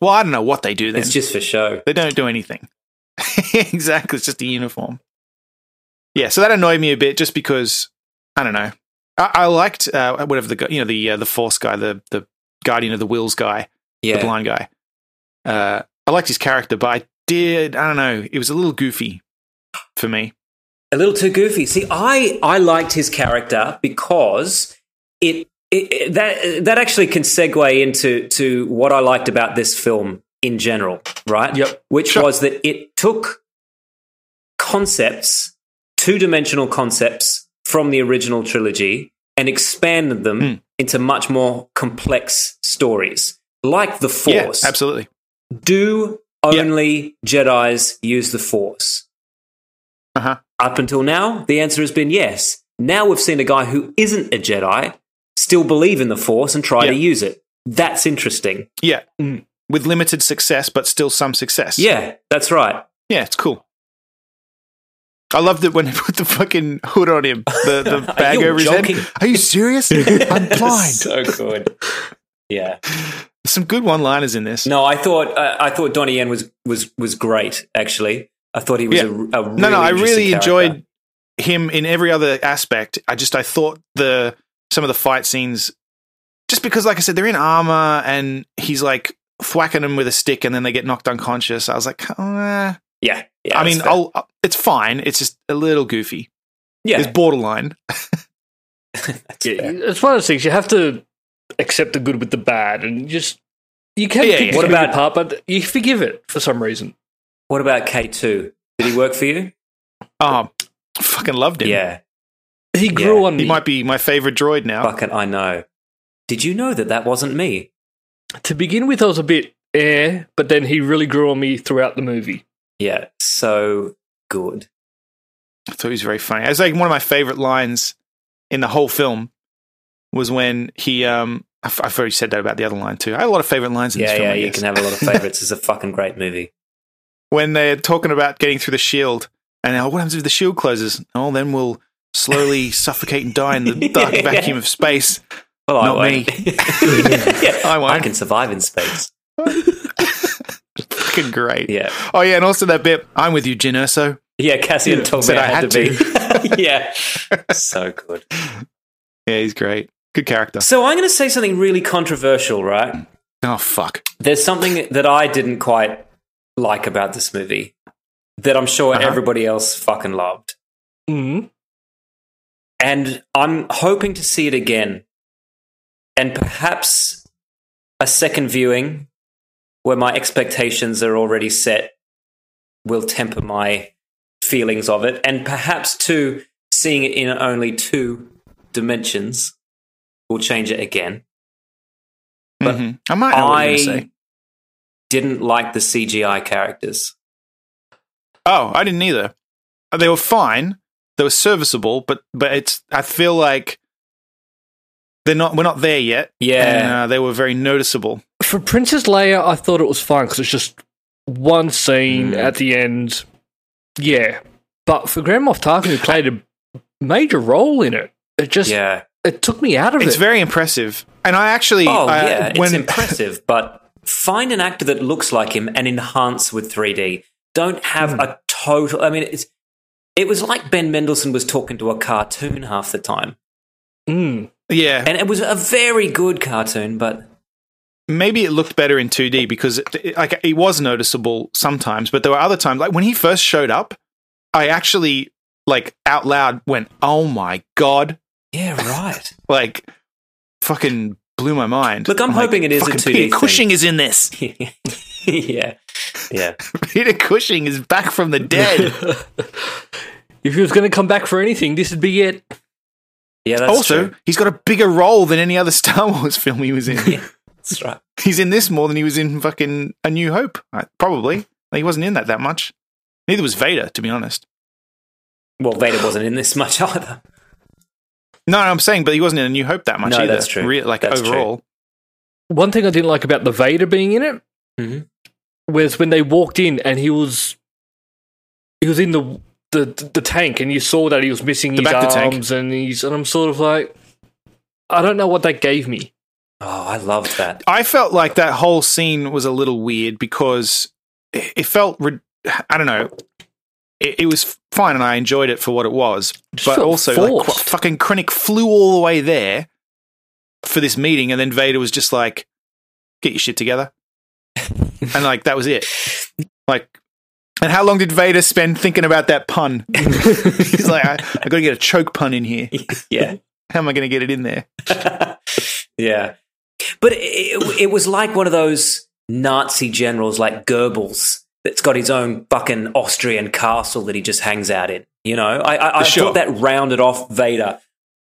[SPEAKER 6] well, I don't know what they do. Then
[SPEAKER 5] It's just for show.
[SPEAKER 6] They don't do anything. exactly. It's just a uniform. Yeah. So that annoyed me a bit, just because I don't know. I, I liked uh, whatever the gu- you know the uh, the force guy, the the guardian of the wills guy,
[SPEAKER 5] Yeah.
[SPEAKER 6] the blind guy. Uh, I liked his character, but I did. I don't know. It was a little goofy for me.
[SPEAKER 5] a little too goofy. See, I I liked his character because it, it, it- that that actually can segue into to what I liked about this film in general, right?
[SPEAKER 3] Yep.
[SPEAKER 5] Which
[SPEAKER 6] Sure.
[SPEAKER 5] was that it took concepts, two dimensional concepts from the original trilogy, and expanded them
[SPEAKER 6] Hmm.
[SPEAKER 5] into much more complex stories, like the Force.
[SPEAKER 6] Yeah, absolutely.
[SPEAKER 5] Do only Jedi's use the Force?
[SPEAKER 6] Uh huh.
[SPEAKER 5] Up until now, the answer has been yes. Now we've seen a guy who isn't a Jedi still believe in the Force and try
[SPEAKER 6] Yeah.
[SPEAKER 5] to use it. That's interesting.
[SPEAKER 6] Yeah. mm, With limited success, but still some success.
[SPEAKER 5] Yeah, that's right.
[SPEAKER 6] Yeah, it's cool. I loved it when he put the fucking hood on him, the, the bag
[SPEAKER 5] you
[SPEAKER 6] over his
[SPEAKER 5] joking?
[SPEAKER 6] head. Are you serious? I'm blind.
[SPEAKER 5] so good. Yeah.
[SPEAKER 6] Some good one-liners in this.
[SPEAKER 5] No, I thought uh, I thought Donnie Yen was was was great. Actually, I thought he was
[SPEAKER 6] Yeah.
[SPEAKER 5] a, a really
[SPEAKER 6] no, no, I
[SPEAKER 5] interesting
[SPEAKER 6] really
[SPEAKER 5] character.
[SPEAKER 6] enjoyed him in every other aspect. I just I thought the some of the fight scenes, just because, like I said, they're in armor and he's like thwacking them with a stick, and then they get knocked unconscious. I was like, oh, eh.
[SPEAKER 5] Yeah. yeah
[SPEAKER 6] I mean,
[SPEAKER 5] that's fair.
[SPEAKER 6] I'll, uh, it's fine. It's just a little goofy. It's
[SPEAKER 5] yeah.
[SPEAKER 6] borderline.
[SPEAKER 5] that's
[SPEAKER 3] Yeah,
[SPEAKER 5] fair.
[SPEAKER 3] it's one of those things you have to accept the good with the bad, and just you can
[SPEAKER 6] Yeah,
[SPEAKER 3] pick
[SPEAKER 6] yeah.
[SPEAKER 3] what
[SPEAKER 5] What
[SPEAKER 3] about
[SPEAKER 5] about-
[SPEAKER 3] part, but you forgive it for some reason.
[SPEAKER 5] What about K2? Did he work for you?
[SPEAKER 6] Oh, fucking loved him.
[SPEAKER 5] Yeah.
[SPEAKER 3] He grew
[SPEAKER 5] Yeah.
[SPEAKER 3] on me.
[SPEAKER 6] He might be my favorite droid now.
[SPEAKER 5] Fucking, I know. Did you know that that wasn't me?
[SPEAKER 3] to begin with, I was a bit eh, but then he really grew on me throughout the movie.
[SPEAKER 5] Yeah. So good.
[SPEAKER 6] I thought he was very funny. It's like one of my favorite lines in the whole film was when he. Um, I- I've already said that about the other line too. I had a lot of favorite lines in
[SPEAKER 5] Yeah,
[SPEAKER 6] this film.
[SPEAKER 5] yeah.
[SPEAKER 6] I
[SPEAKER 5] You
[SPEAKER 6] guess.
[SPEAKER 5] can have a lot of favorites. It's a fucking great movie.
[SPEAKER 6] when they're talking about getting through the shield, and oh, what happens if the shield closes? Oh, then we'll slowly suffocate and die in the dark
[SPEAKER 5] Yeah.
[SPEAKER 6] vacuum of space.
[SPEAKER 5] Well,
[SPEAKER 6] Not
[SPEAKER 5] I
[SPEAKER 6] me.
[SPEAKER 5] won't. yeah,
[SPEAKER 6] I won't.
[SPEAKER 5] I can survive in space.
[SPEAKER 6] Fucking great.
[SPEAKER 5] Yeah.
[SPEAKER 6] Oh yeah, and also that bit. I'm with you, Jin Erso.
[SPEAKER 5] Yeah, Cassian told me
[SPEAKER 6] Said
[SPEAKER 5] I
[SPEAKER 6] I
[SPEAKER 5] had,
[SPEAKER 6] had
[SPEAKER 5] to be. yeah. So good.
[SPEAKER 6] Yeah, he's great. Good character.
[SPEAKER 5] So I'm going to say something really controversial, right?
[SPEAKER 6] Oh fuck.
[SPEAKER 5] There's something that I didn't quite like about this movie that I'm sure
[SPEAKER 6] Uh-huh.
[SPEAKER 5] everybody else fucking loved.
[SPEAKER 6] Mm-hmm.
[SPEAKER 3] Mm.
[SPEAKER 5] And I'm hoping to see it again. And perhaps a second viewing where my expectations are already set will temper my feelings of it. And perhaps, too, seeing it in only two dimensions will change it again. But
[SPEAKER 6] Mhm. I might know what you're gonna
[SPEAKER 5] I
[SPEAKER 6] say.
[SPEAKER 5] didn't like the CGI characters.
[SPEAKER 6] Oh, I didn't either. Uh, They were fine. They were serviceable, but but it's. I feel like they're not. We're not there yet. And,
[SPEAKER 5] Yeah.
[SPEAKER 6] uh, they were very noticeable.
[SPEAKER 3] For Princess Leia, I thought it was fine because it's just one scene
[SPEAKER 6] Mm-hmm.
[SPEAKER 3] at the end. Yeah, but for Grand Moff Tarkin, who played a major role in it, it just
[SPEAKER 5] yeah.
[SPEAKER 3] it took me out of
[SPEAKER 6] It's
[SPEAKER 3] it.
[SPEAKER 6] very impressive. And I actually,
[SPEAKER 5] Oh,
[SPEAKER 6] I-
[SPEAKER 5] yeah. It's
[SPEAKER 6] when
[SPEAKER 5] impressive, but find an actor that looks like him and enhance with 3D. Don't have
[SPEAKER 6] Hmm.
[SPEAKER 5] a total. I mean, it's, it was like Ben Mendelsohn was talking to a cartoon half the time.
[SPEAKER 3] Mm.
[SPEAKER 6] yeah,
[SPEAKER 5] And it was a very good cartoon, but
[SPEAKER 6] maybe it looked better in 2D because it, it- like it was noticeable sometimes, but there were other times like when he first showed up, I actually like out loud went, "Oh my god!"
[SPEAKER 5] yeah, right.
[SPEAKER 6] Like fucking blew my mind.
[SPEAKER 5] Look, I'm
[SPEAKER 6] like,
[SPEAKER 5] hoping it is a
[SPEAKER 6] "Fucking
[SPEAKER 5] 2D
[SPEAKER 6] Peter
[SPEAKER 5] thing."
[SPEAKER 6] Cushing is in this.
[SPEAKER 5] yeah. Yeah.
[SPEAKER 6] Peter Cushing is back from the dead.
[SPEAKER 3] If he was going to come back for anything, this would be it.
[SPEAKER 5] Yeah, that's
[SPEAKER 6] also,
[SPEAKER 5] true.
[SPEAKER 6] he's got a bigger role than any other Star Wars film he was in.
[SPEAKER 5] Yeah, that's right.
[SPEAKER 6] He's in this more than he was in fucking A New Hope, uh, probably. Like, he wasn't in that that much. Neither was Vader, to be honest.
[SPEAKER 5] Well, Vader wasn't in this much either.
[SPEAKER 6] No, I'm saying, but he wasn't in A New Hope that much
[SPEAKER 5] No,
[SPEAKER 6] either.
[SPEAKER 5] that's true.
[SPEAKER 6] Re- like
[SPEAKER 5] That's
[SPEAKER 6] overall,
[SPEAKER 3] one thing I didn't like about the Vader being in it
[SPEAKER 5] Mhm.
[SPEAKER 6] Mm-hmm.
[SPEAKER 3] was when they walked in and he was he was in the the the tank and you saw that he was missing
[SPEAKER 6] The
[SPEAKER 3] his
[SPEAKER 6] back to tank.
[SPEAKER 3] arms and he's and I'm sort of like I don't know what that gave me.
[SPEAKER 5] Oh, I loved that.
[SPEAKER 6] I felt like that whole scene was a little weird because it it felt, re- I don't know, it, it was fine and I enjoyed it for what it was,
[SPEAKER 3] Just
[SPEAKER 6] but
[SPEAKER 3] felt
[SPEAKER 6] also like,
[SPEAKER 3] forced.
[SPEAKER 6] qu- fucking Krennic flew all the way there for this meeting, and then Vader was just like, "Get your shit together," and like that was it. Like, and how long did Vader spend thinking about that pun? He's like, "I, I got to get a choke pun in here.
[SPEAKER 5] Yeah.
[SPEAKER 6] How am I going to get it in there?"
[SPEAKER 5] yeah. But it, it, it was like one of those Nazi generals like Goebbels that's got his own fucking Austrian castle that he just hangs out in. You know, I, I, I
[SPEAKER 6] Sure.
[SPEAKER 5] thought that rounded off Vader.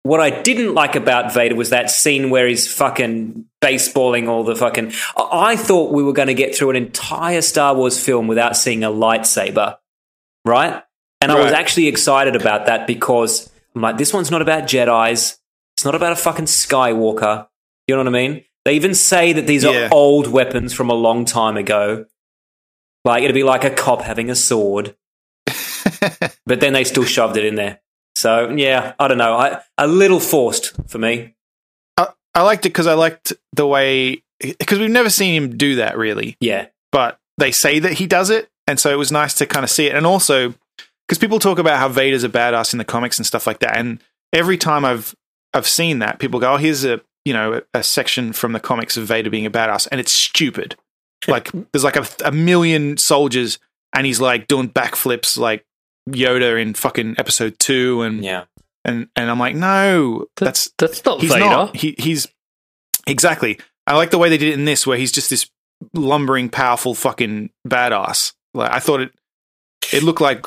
[SPEAKER 5] What I didn't like about Vader was that scene where he's fucking baseballing all the fucking. I I thought we were going to get through an entire Star Wars film without seeing a lightsaber, right? And I was
[SPEAKER 6] Right.
[SPEAKER 5] actually excited about that because I'm like, this one's not about Jedi's. It's not about a fucking Skywalker. You know what I mean? They even say that these
[SPEAKER 6] Yeah.
[SPEAKER 5] are old weapons from a long time ago. Like it'd be like a cop having a sword. but then they still shoved it in there. So yeah, I don't know. I a little forced for me.
[SPEAKER 6] I, I liked it because I liked the way because we've never seen him do that really,
[SPEAKER 5] Yeah.
[SPEAKER 6] but they say that he does it, and so it was nice to kind of see it. And also because people talk about how Vader's a badass in the comics and stuff like that, and every time I've I've seen that, people go, "Oh, here's a you know a, a section from the comics of Vader being a badass," and it's stupid. Like there's like a, a million soldiers and he's like doing backflips like Yoda in fucking episode two, and
[SPEAKER 5] Yeah.
[SPEAKER 6] and and I'm like, no, that's
[SPEAKER 3] That's not
[SPEAKER 6] he's
[SPEAKER 3] Vader.
[SPEAKER 6] not. He, he's exactly. I like the way they did it in this, where he's just this lumbering, powerful fucking badass. Like I thought it, it looked like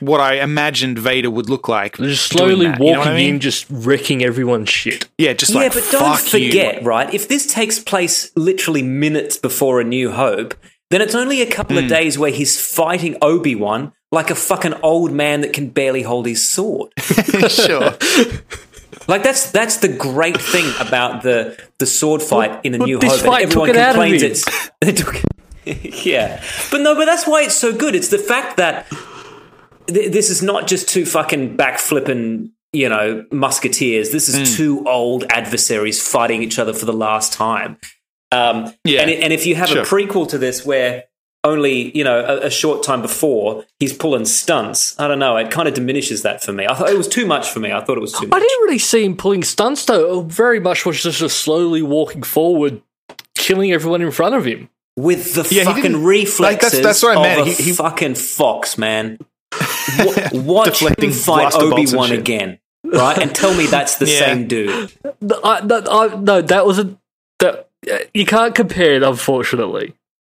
[SPEAKER 6] what I imagined Vader would look like.
[SPEAKER 3] They're just slowly
[SPEAKER 6] doing that,
[SPEAKER 3] walking
[SPEAKER 6] you know what I mean?
[SPEAKER 3] in, just wrecking everyone's shit.
[SPEAKER 6] Yeah, just
[SPEAKER 5] yeah,
[SPEAKER 6] like
[SPEAKER 5] but don't
[SPEAKER 6] fuck you.
[SPEAKER 5] forget, right? If this takes place literally minutes before A New Hope, then it's only a couple
[SPEAKER 6] Hmm.
[SPEAKER 5] of days where he's fighting Obi Wan like a fucking old man that can barely hold his sword.
[SPEAKER 6] sure.
[SPEAKER 5] Like that's that's the great thing about the the sword fight in a
[SPEAKER 3] but
[SPEAKER 5] new
[SPEAKER 3] this
[SPEAKER 5] hope. and
[SPEAKER 3] fight
[SPEAKER 5] everyone
[SPEAKER 3] took it out of
[SPEAKER 5] complains
[SPEAKER 3] him.
[SPEAKER 5] it's they took- yeah, but no, but that's why it's so good. It's the fact that th- this is not just two fucking back flipping you know musketeers. This is
[SPEAKER 3] Hmm.
[SPEAKER 5] two old adversaries fighting each other for the last time. Um,
[SPEAKER 6] Yeah,
[SPEAKER 5] and, and if you have
[SPEAKER 6] sure.
[SPEAKER 5] a prequel to this where only you know a, a short time before he's pulling stunts, I don't know. It kind of diminishes that for me. I thought it was too much for me. I thought it was too much.
[SPEAKER 3] I didn't really see him pulling stunts though. It Very much was just, just slowly walking forward, killing everyone in front of him.
[SPEAKER 5] with the
[SPEAKER 6] Yeah, he
[SPEAKER 5] fucking
[SPEAKER 6] didn't- like,
[SPEAKER 5] reflexes
[SPEAKER 6] that's- that's what I meant.
[SPEAKER 5] of a
[SPEAKER 6] He- he-
[SPEAKER 5] fucking fox, man. Wa- watch him
[SPEAKER 6] Deflecting
[SPEAKER 5] fight
[SPEAKER 6] blaster bolts
[SPEAKER 5] Obi
[SPEAKER 6] and
[SPEAKER 5] Wan
[SPEAKER 6] shit.
[SPEAKER 5] again, right? And tell me that's the
[SPEAKER 6] Yeah.
[SPEAKER 5] same dude.
[SPEAKER 3] Th- I- that- I- no, that was a that uh, you can't compare it, unfortunately.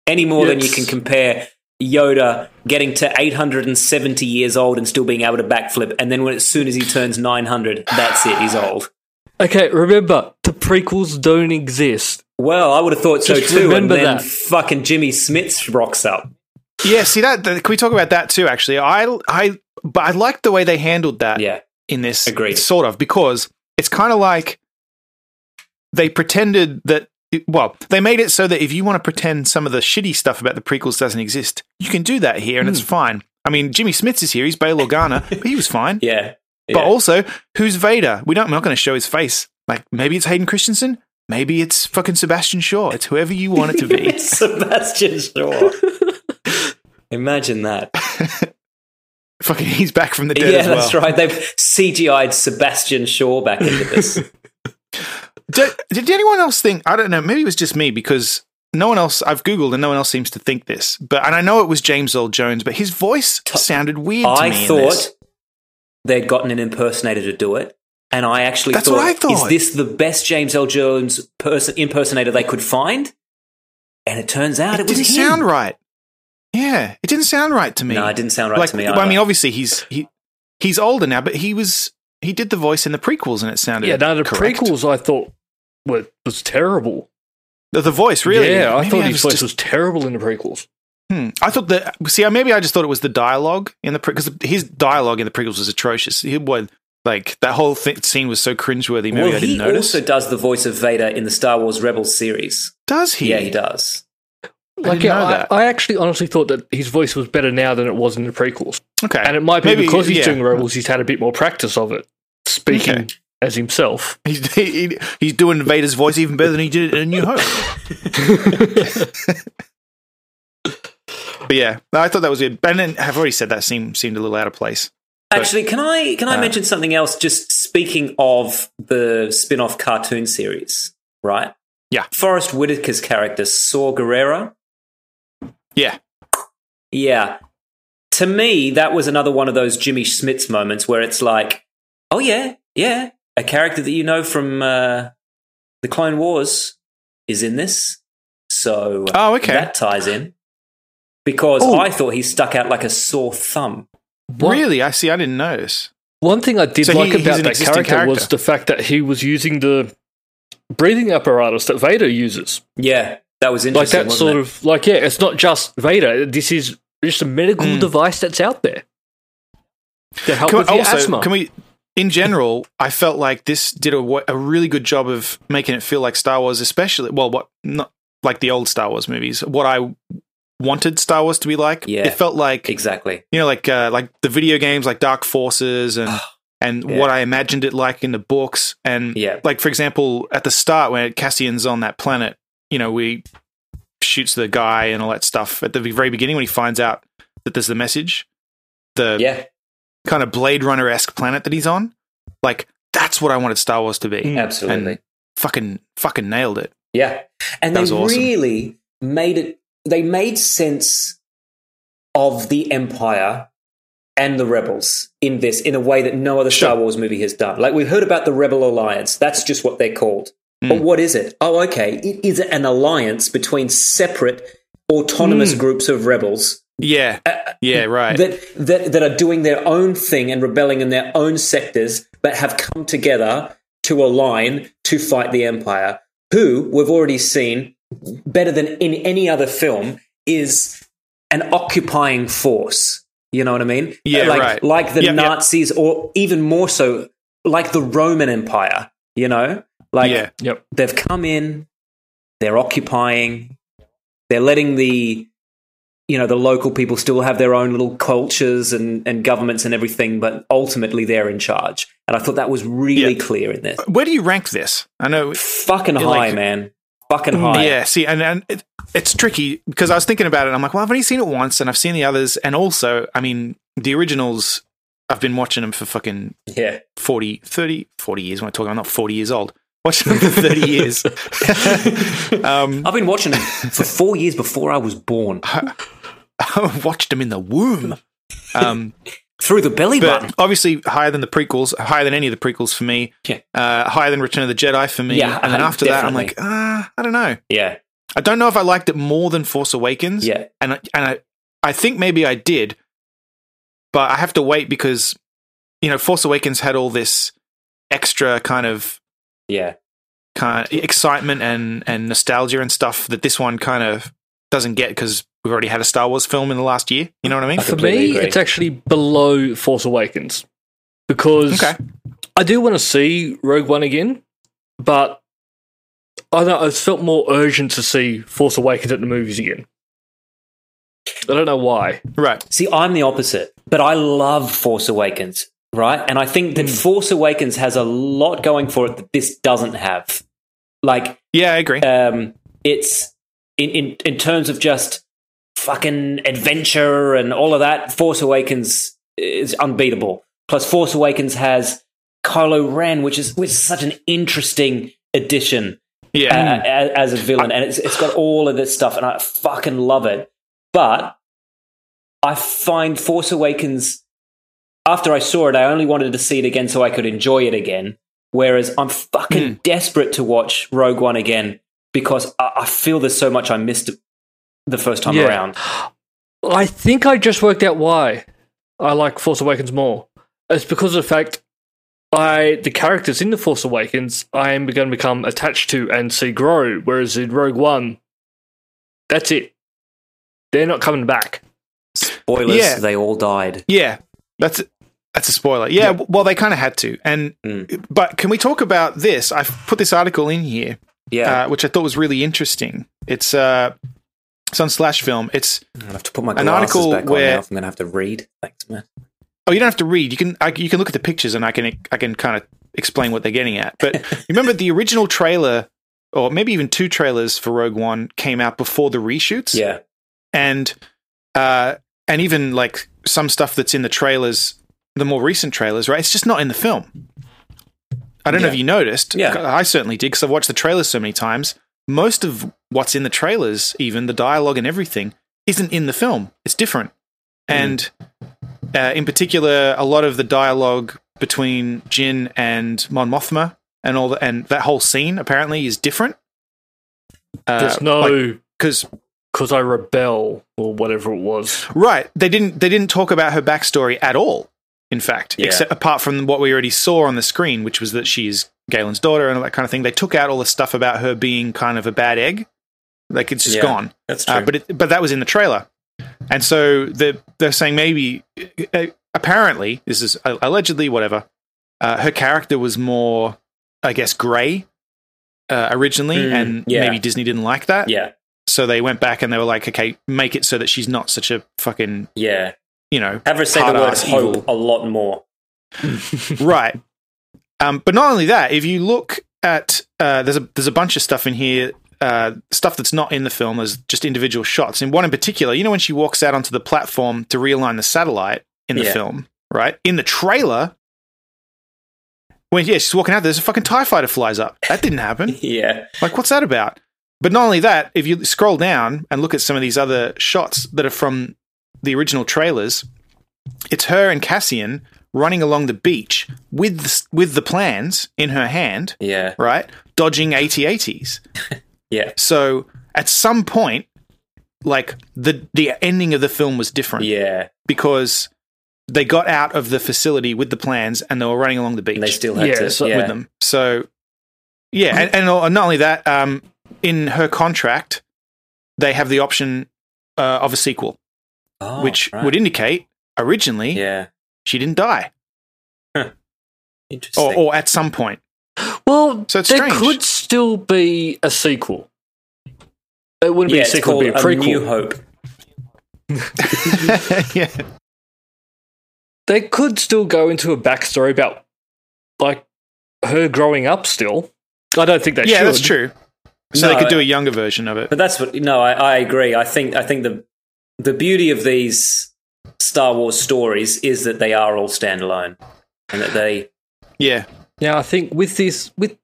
[SPEAKER 5] Any more than you
[SPEAKER 3] Yes.
[SPEAKER 5] can compare Yoda getting to 870 years old and still being able to backflip, and then when as soon as he turns 900, that's it, he's old.
[SPEAKER 3] Okay, remember the prequels don't exist.
[SPEAKER 5] Well, I would have thought so
[SPEAKER 3] Just
[SPEAKER 5] too, and
[SPEAKER 3] remember
[SPEAKER 5] then
[SPEAKER 3] that.
[SPEAKER 5] fucking Jimmy Smith rocks up.
[SPEAKER 6] Yeah, see that, that- Can we talk about that too? Actually, I I but I liked the way they handled that.
[SPEAKER 5] Yeah,
[SPEAKER 6] in this,
[SPEAKER 5] Agreed.
[SPEAKER 6] sort of because it's kind of like they pretended that. Well, they made it so that if you want to pretend some of the shitty stuff about the prequels doesn't exist, you can do that here, and
[SPEAKER 5] Hmm.
[SPEAKER 6] it's fine. I mean, Jimmy Smits is here; he's Bail Organa, but he was fine.
[SPEAKER 5] yeah.
[SPEAKER 6] But
[SPEAKER 5] yeah.
[SPEAKER 6] also, who's Vader? We don't. We're not going to show his face. Like maybe it's Hayden Christensen, maybe it's fucking Sebastian Shaw. It's whoever you want it to be.
[SPEAKER 5] Sebastian Shaw. Imagine that.
[SPEAKER 6] fucking, he's back from the dead
[SPEAKER 5] Yeah,
[SPEAKER 6] as well.
[SPEAKER 5] that's right. They've CGI'd Sebastian Shaw back into this.
[SPEAKER 6] did, did anyone else think? I don't know. Maybe it was just me because no one else. I've googled and no one else seems to think this. But and I know it was James Earl Jones, but his voice sounded weird. to me
[SPEAKER 5] I
[SPEAKER 6] in
[SPEAKER 5] thought
[SPEAKER 6] this.
[SPEAKER 5] they'd gotten an impersonator to do it. And I actually
[SPEAKER 6] That's
[SPEAKER 5] thought,
[SPEAKER 6] what I thought.
[SPEAKER 5] is this the best James L. Jones person impersonator they could find? And it turns out
[SPEAKER 6] it,
[SPEAKER 5] it, was
[SPEAKER 6] didn't
[SPEAKER 5] him.
[SPEAKER 6] sound right. Yeah, it didn't sound right to me.
[SPEAKER 5] No, it didn't sound right
[SPEAKER 6] like,
[SPEAKER 5] to me.
[SPEAKER 6] I
[SPEAKER 5] either.
[SPEAKER 6] mean, obviously he's he he's older now, but he was he did the voice in the prequels and it sounded
[SPEAKER 3] Yeah, no, the
[SPEAKER 6] correct.
[SPEAKER 3] prequels I thought were was terrible.
[SPEAKER 6] the, the voice really.
[SPEAKER 3] Yeah, I
[SPEAKER 6] Maybe
[SPEAKER 3] thought his voice
[SPEAKER 6] just-
[SPEAKER 3] was terrible in the prequels.
[SPEAKER 6] Hmm. I thought that. See, maybe I just thought it was the dialogue in the because his dialogue in the prequels was atrocious. He was like that whole th- scene was so cringeworthy. Maybe
[SPEAKER 5] well,
[SPEAKER 6] I didn't
[SPEAKER 5] he
[SPEAKER 6] notice.
[SPEAKER 5] also does the voice of Vader in the Star Wars Rebels series.
[SPEAKER 6] does he?
[SPEAKER 5] Yeah, he does.
[SPEAKER 3] Like,
[SPEAKER 6] didn't
[SPEAKER 3] yeah,
[SPEAKER 6] know
[SPEAKER 3] I,
[SPEAKER 6] that.
[SPEAKER 3] I actually honestly thought that his voice was better now than it was in the prequels,
[SPEAKER 6] Okay,
[SPEAKER 3] and it might be
[SPEAKER 6] Maybe-
[SPEAKER 3] because he's
[SPEAKER 6] yeah.
[SPEAKER 3] doing Rebels, he's had a bit more practice of it, speaking
[SPEAKER 6] Okay.
[SPEAKER 3] as himself.
[SPEAKER 6] He's, he, he- he's doing Vader's voice even better than he did it in A New Hope. but yeah, no, I thought that was good. And then, I've already said that seemed seemed a little out of place.
[SPEAKER 5] Actually, can I can I
[SPEAKER 6] Uh,
[SPEAKER 5] mention something else? Just speaking of the spin-off cartoon series, right?
[SPEAKER 6] Yeah.
[SPEAKER 5] Forrest Whitaker's character, Saw Gerrera.
[SPEAKER 6] Yeah,
[SPEAKER 5] Yeah. To me, that was another one of those Jimmy Smits moments where it's like, oh yeah, yeah, a character that you know from uh, the Clone Wars is in this, so uh,
[SPEAKER 6] Oh, okay.
[SPEAKER 5] that ties in because
[SPEAKER 3] Ooh.
[SPEAKER 5] I thought he stuck out like a sore thumb.
[SPEAKER 3] One-
[SPEAKER 6] really? I see. I didn't notice.
[SPEAKER 3] One thing I did
[SPEAKER 6] So he-
[SPEAKER 3] like
[SPEAKER 6] he's
[SPEAKER 3] about
[SPEAKER 6] an
[SPEAKER 3] that
[SPEAKER 6] existing
[SPEAKER 3] character, was
[SPEAKER 6] character.
[SPEAKER 3] the fact that he was using the breathing apparatus that Vader uses.
[SPEAKER 5] Yeah, that was
[SPEAKER 3] Like
[SPEAKER 5] interesting.
[SPEAKER 3] that
[SPEAKER 5] wasn't
[SPEAKER 3] sort
[SPEAKER 5] it?
[SPEAKER 3] of like yeah, it's not just Vader. This is just a medical device that's out there to help
[SPEAKER 6] Mm. Can we-
[SPEAKER 3] with your
[SPEAKER 6] also,
[SPEAKER 3] asthma.
[SPEAKER 6] can we? In general, I felt like this did a, wa- a really good job of making it feel like Star Wars, especially well, what not like the old Star Wars movies. What I wanted Star Wars to be like.
[SPEAKER 5] Yeah.
[SPEAKER 6] it felt like
[SPEAKER 5] exactly.
[SPEAKER 6] you know, like uh, like the video games, like Dark Forces, and and
[SPEAKER 5] Ah, Yeah.
[SPEAKER 6] what I imagined it like in the books, and
[SPEAKER 5] Yeah.
[SPEAKER 6] like for example, at the start when Cassian's on that planet, you know, we shoots the guy and all that stuff at the very beginning when he finds out that there's the message, the
[SPEAKER 5] Yeah,
[SPEAKER 6] kind of Blade Runner esque planet that he's on, like that's what I wanted Star Wars to be.
[SPEAKER 5] Mm. absolutely.
[SPEAKER 6] And fucking fucking nailed it.
[SPEAKER 5] Yeah. And
[SPEAKER 6] That
[SPEAKER 5] they
[SPEAKER 6] was awesome.
[SPEAKER 5] really made it, they made sense of the Empire and the Rebels in this in a way that no other Star Wars movie has done. Like we've heard about the Rebel Alliance, that's just what they're called. But what is it? Oh, okay, it is an alliance between separate autonomous groups of rebels
[SPEAKER 6] Yeah.
[SPEAKER 5] Uh,
[SPEAKER 6] Yeah, right.
[SPEAKER 5] that, that that are doing their own thing and rebelling in their own sectors, but have come together to align to fight the Empire, who we've already seen better than in any other film is an occupying force. You know what I mean?
[SPEAKER 6] Yeah,
[SPEAKER 5] like,
[SPEAKER 6] right.
[SPEAKER 5] Like the
[SPEAKER 6] Yep, yep.
[SPEAKER 5] Nazis, or even more so, like the Roman Empire. You know, like
[SPEAKER 6] yeah.
[SPEAKER 3] Yep.
[SPEAKER 5] they've come in, they're occupying, they're letting the you know the local people still have their own little cultures and, and governments and everything, but ultimately they're in charge. And I thought that was really
[SPEAKER 6] Yeah.
[SPEAKER 5] clear in this.
[SPEAKER 6] Where do you rank this? I know.
[SPEAKER 5] Fucking high,
[SPEAKER 6] Yeah, like- Mm,
[SPEAKER 5] man. Fucking high.
[SPEAKER 6] Yeah. See, and, and it, it's tricky because I was thinking about it. And I'm like, well, I've only seen it once, and I've seen the others, and also, I mean, the originals. I've been watching them for fucking
[SPEAKER 5] Yeah.
[SPEAKER 6] 40, 30, 40 years. When I talk, I'm not 40 years old. Watching them for 30 years. um,
[SPEAKER 5] I've been watching it for four years before I was born.
[SPEAKER 6] I watched them in the womb. Um,
[SPEAKER 5] Through the belly button.
[SPEAKER 6] but obviously higher than the prequels, higher than any of the prequels for me.
[SPEAKER 5] Yeah.
[SPEAKER 6] Uh, higher than Return of the Jedi for me.
[SPEAKER 5] Yeah,
[SPEAKER 6] and then
[SPEAKER 5] uh,
[SPEAKER 6] after that, I'm like, ah, I don't know.
[SPEAKER 5] Yeah.
[SPEAKER 6] I don't know if I liked it more than Force Awakens.
[SPEAKER 5] Yeah.
[SPEAKER 6] and I, and I, I think maybe I did, but I have to wait because you know Force Awakens had all this extra kind of
[SPEAKER 5] Yeah.
[SPEAKER 6] kind excitement and and nostalgia and stuff that this one kind of doesn't get because we've already had a Star Wars film in the last year. You know what I mean?
[SPEAKER 5] I
[SPEAKER 3] For
[SPEAKER 5] completely
[SPEAKER 3] me,
[SPEAKER 5] agree.
[SPEAKER 3] it's actually below Force Awakens because
[SPEAKER 6] Okay.
[SPEAKER 3] I do want to see Rogue One again, but I don't know, I felt more urgent to see Force Awakens at the movies again. I don't know why.
[SPEAKER 6] Right.
[SPEAKER 5] See, I'm the opposite, but I love Force Awakens, right? And I think that Force Awakens has a lot going for it that this doesn't have. Like,
[SPEAKER 6] Yeah, I agree.
[SPEAKER 5] um, it's in, in, in terms of just fucking adventure and all of that, Force Awakens is unbeatable. Plus, Force Awakens has Kylo Ren, which is, which is such an interesting addition uh,
[SPEAKER 6] yeah.
[SPEAKER 5] as, as a villain, and it's, it's got all of this stuff, and I fucking love it. But I find Force Awakens. After I saw it, I only wanted to see it again so I could enjoy it again. Whereas I'm
[SPEAKER 6] Hmm.
[SPEAKER 5] fucking desperate to watch Rogue One again because I, I feel there's so much I missed the first time
[SPEAKER 3] Yeah.
[SPEAKER 5] around.
[SPEAKER 3] I think I just worked out why I like Force Awakens more. It's because of the fact I the characters in the Force Awakens I am going to become attached to and see grow, whereas in Rogue One, that's it. They're not coming back.
[SPEAKER 5] Spoilers:
[SPEAKER 6] Yeah.
[SPEAKER 5] they all died.
[SPEAKER 6] Yeah, that's that's a spoiler. Yeah, w- well, they kind of had to. And but can we talk about this? I've put this article in here,
[SPEAKER 5] Yeah,
[SPEAKER 6] uh, which I thought was really interesting. It's uh, it's on Slash Film. It's
[SPEAKER 5] I'm gonna have to put my
[SPEAKER 6] an
[SPEAKER 5] glasses
[SPEAKER 6] article
[SPEAKER 5] back on
[SPEAKER 6] where-
[SPEAKER 5] now if I'm gonna have to read. Thanks, man.
[SPEAKER 6] oh, you don't have to read. You can I, you can look at the pictures, and I can I can kind of explain what they're getting at. But you remember the original trailer, or maybe even two trailers for Rogue One came out before the reshoots.
[SPEAKER 5] Yeah,
[SPEAKER 6] and uh, and even like some stuff that's in the trailers, the more recent trailers, right? It's just not in the film. I don't know if you noticed.
[SPEAKER 5] Yeah.
[SPEAKER 6] I certainly did because I've watched the trailers so many times. Most of what's in the trailers, even the dialogue and everything, isn't in the film. It's different, and uh, in particular, a lot of the dialogue between Jin and Mon Mothma and all the, and that whole scene apparently is different. Uh,
[SPEAKER 3] There's no
[SPEAKER 6] because
[SPEAKER 3] because I rebel or whatever it was.
[SPEAKER 6] Right. They didn't they didn't talk about her backstory at all. In fact, except apart from what we already saw on the screen, which was that she's Galen's daughter and all that kind of thing, they took out all the stuff about her being kind of a bad egg. Like it's just
[SPEAKER 5] Yeah,
[SPEAKER 6] gone.
[SPEAKER 5] that's
[SPEAKER 6] Uh, but it, but that was in the trailer, and so they're they're saying maybe uh, apparently this is uh, allegedly whatever. Uh, her character was more, I guess, grey uh, originally,
[SPEAKER 5] Mm,
[SPEAKER 6] and
[SPEAKER 5] yeah.
[SPEAKER 6] maybe Disney didn't like that.
[SPEAKER 5] yeah,
[SPEAKER 6] So they went back and they were like, okay, make it so that she's not such a fucking
[SPEAKER 5] yeah.
[SPEAKER 6] you know,
[SPEAKER 5] Have her say the word
[SPEAKER 6] hard-ass evil.
[SPEAKER 5] "ho" a lot more.
[SPEAKER 6] right? Um, but not only that, if you look at uh, there's a there's a bunch of stuff in here, uh, stuff that's not in the film is just individual shots. And one in particular, you know, when she walks out onto the platform to realign the satellite in the
[SPEAKER 5] Yeah.
[SPEAKER 6] film, right? In the trailer, when yeah, she's walking out, there's a fucking Tie Fighter flies up. That didn't happen.
[SPEAKER 5] Yeah.
[SPEAKER 6] Like, what's that about? But not only that, if you scroll down and look at some of these other shots that are from the original trailers, it's her and Cassian running along the beach with the, with the plans in her hand,
[SPEAKER 5] Yeah.
[SPEAKER 6] right? Dodging AT-ATs.
[SPEAKER 5] Yeah.
[SPEAKER 6] So at some point, like the the ending of the film was different
[SPEAKER 5] Yeah.
[SPEAKER 6] because they got out of the facility with the plans and they were running along the beach
[SPEAKER 5] And they still had
[SPEAKER 3] Yeah,
[SPEAKER 5] to.
[SPEAKER 3] so-
[SPEAKER 5] yeah.
[SPEAKER 6] with them. So, yeah, and, and not only that, um, in her contract, they have the option uh, of a sequel,
[SPEAKER 5] Oh,
[SPEAKER 6] which
[SPEAKER 5] right.
[SPEAKER 6] would indicate originally
[SPEAKER 5] Yeah.
[SPEAKER 6] she didn't die,
[SPEAKER 5] Interesting.
[SPEAKER 6] or, or at some point.
[SPEAKER 3] Well,
[SPEAKER 6] So it's
[SPEAKER 3] there
[SPEAKER 6] strange.
[SPEAKER 3] could still be a sequel. It wouldn't
[SPEAKER 5] yeah,
[SPEAKER 3] be a
[SPEAKER 5] it's
[SPEAKER 3] sequel, it'd be a
[SPEAKER 5] called
[SPEAKER 3] prequel.
[SPEAKER 5] New Hope.
[SPEAKER 6] yeah,
[SPEAKER 3] they could still go into a backstory about like her growing up still. I don't think they
[SPEAKER 6] yeah,
[SPEAKER 3] should.
[SPEAKER 6] that's true. So
[SPEAKER 5] No, uh,
[SPEAKER 6] they could do a younger version of it.
[SPEAKER 5] But that's what no, I, I agree. I think I think the the beauty of these Star Wars stories is that they are all standalone, and that they
[SPEAKER 6] Yeah,
[SPEAKER 3] Now I think with this with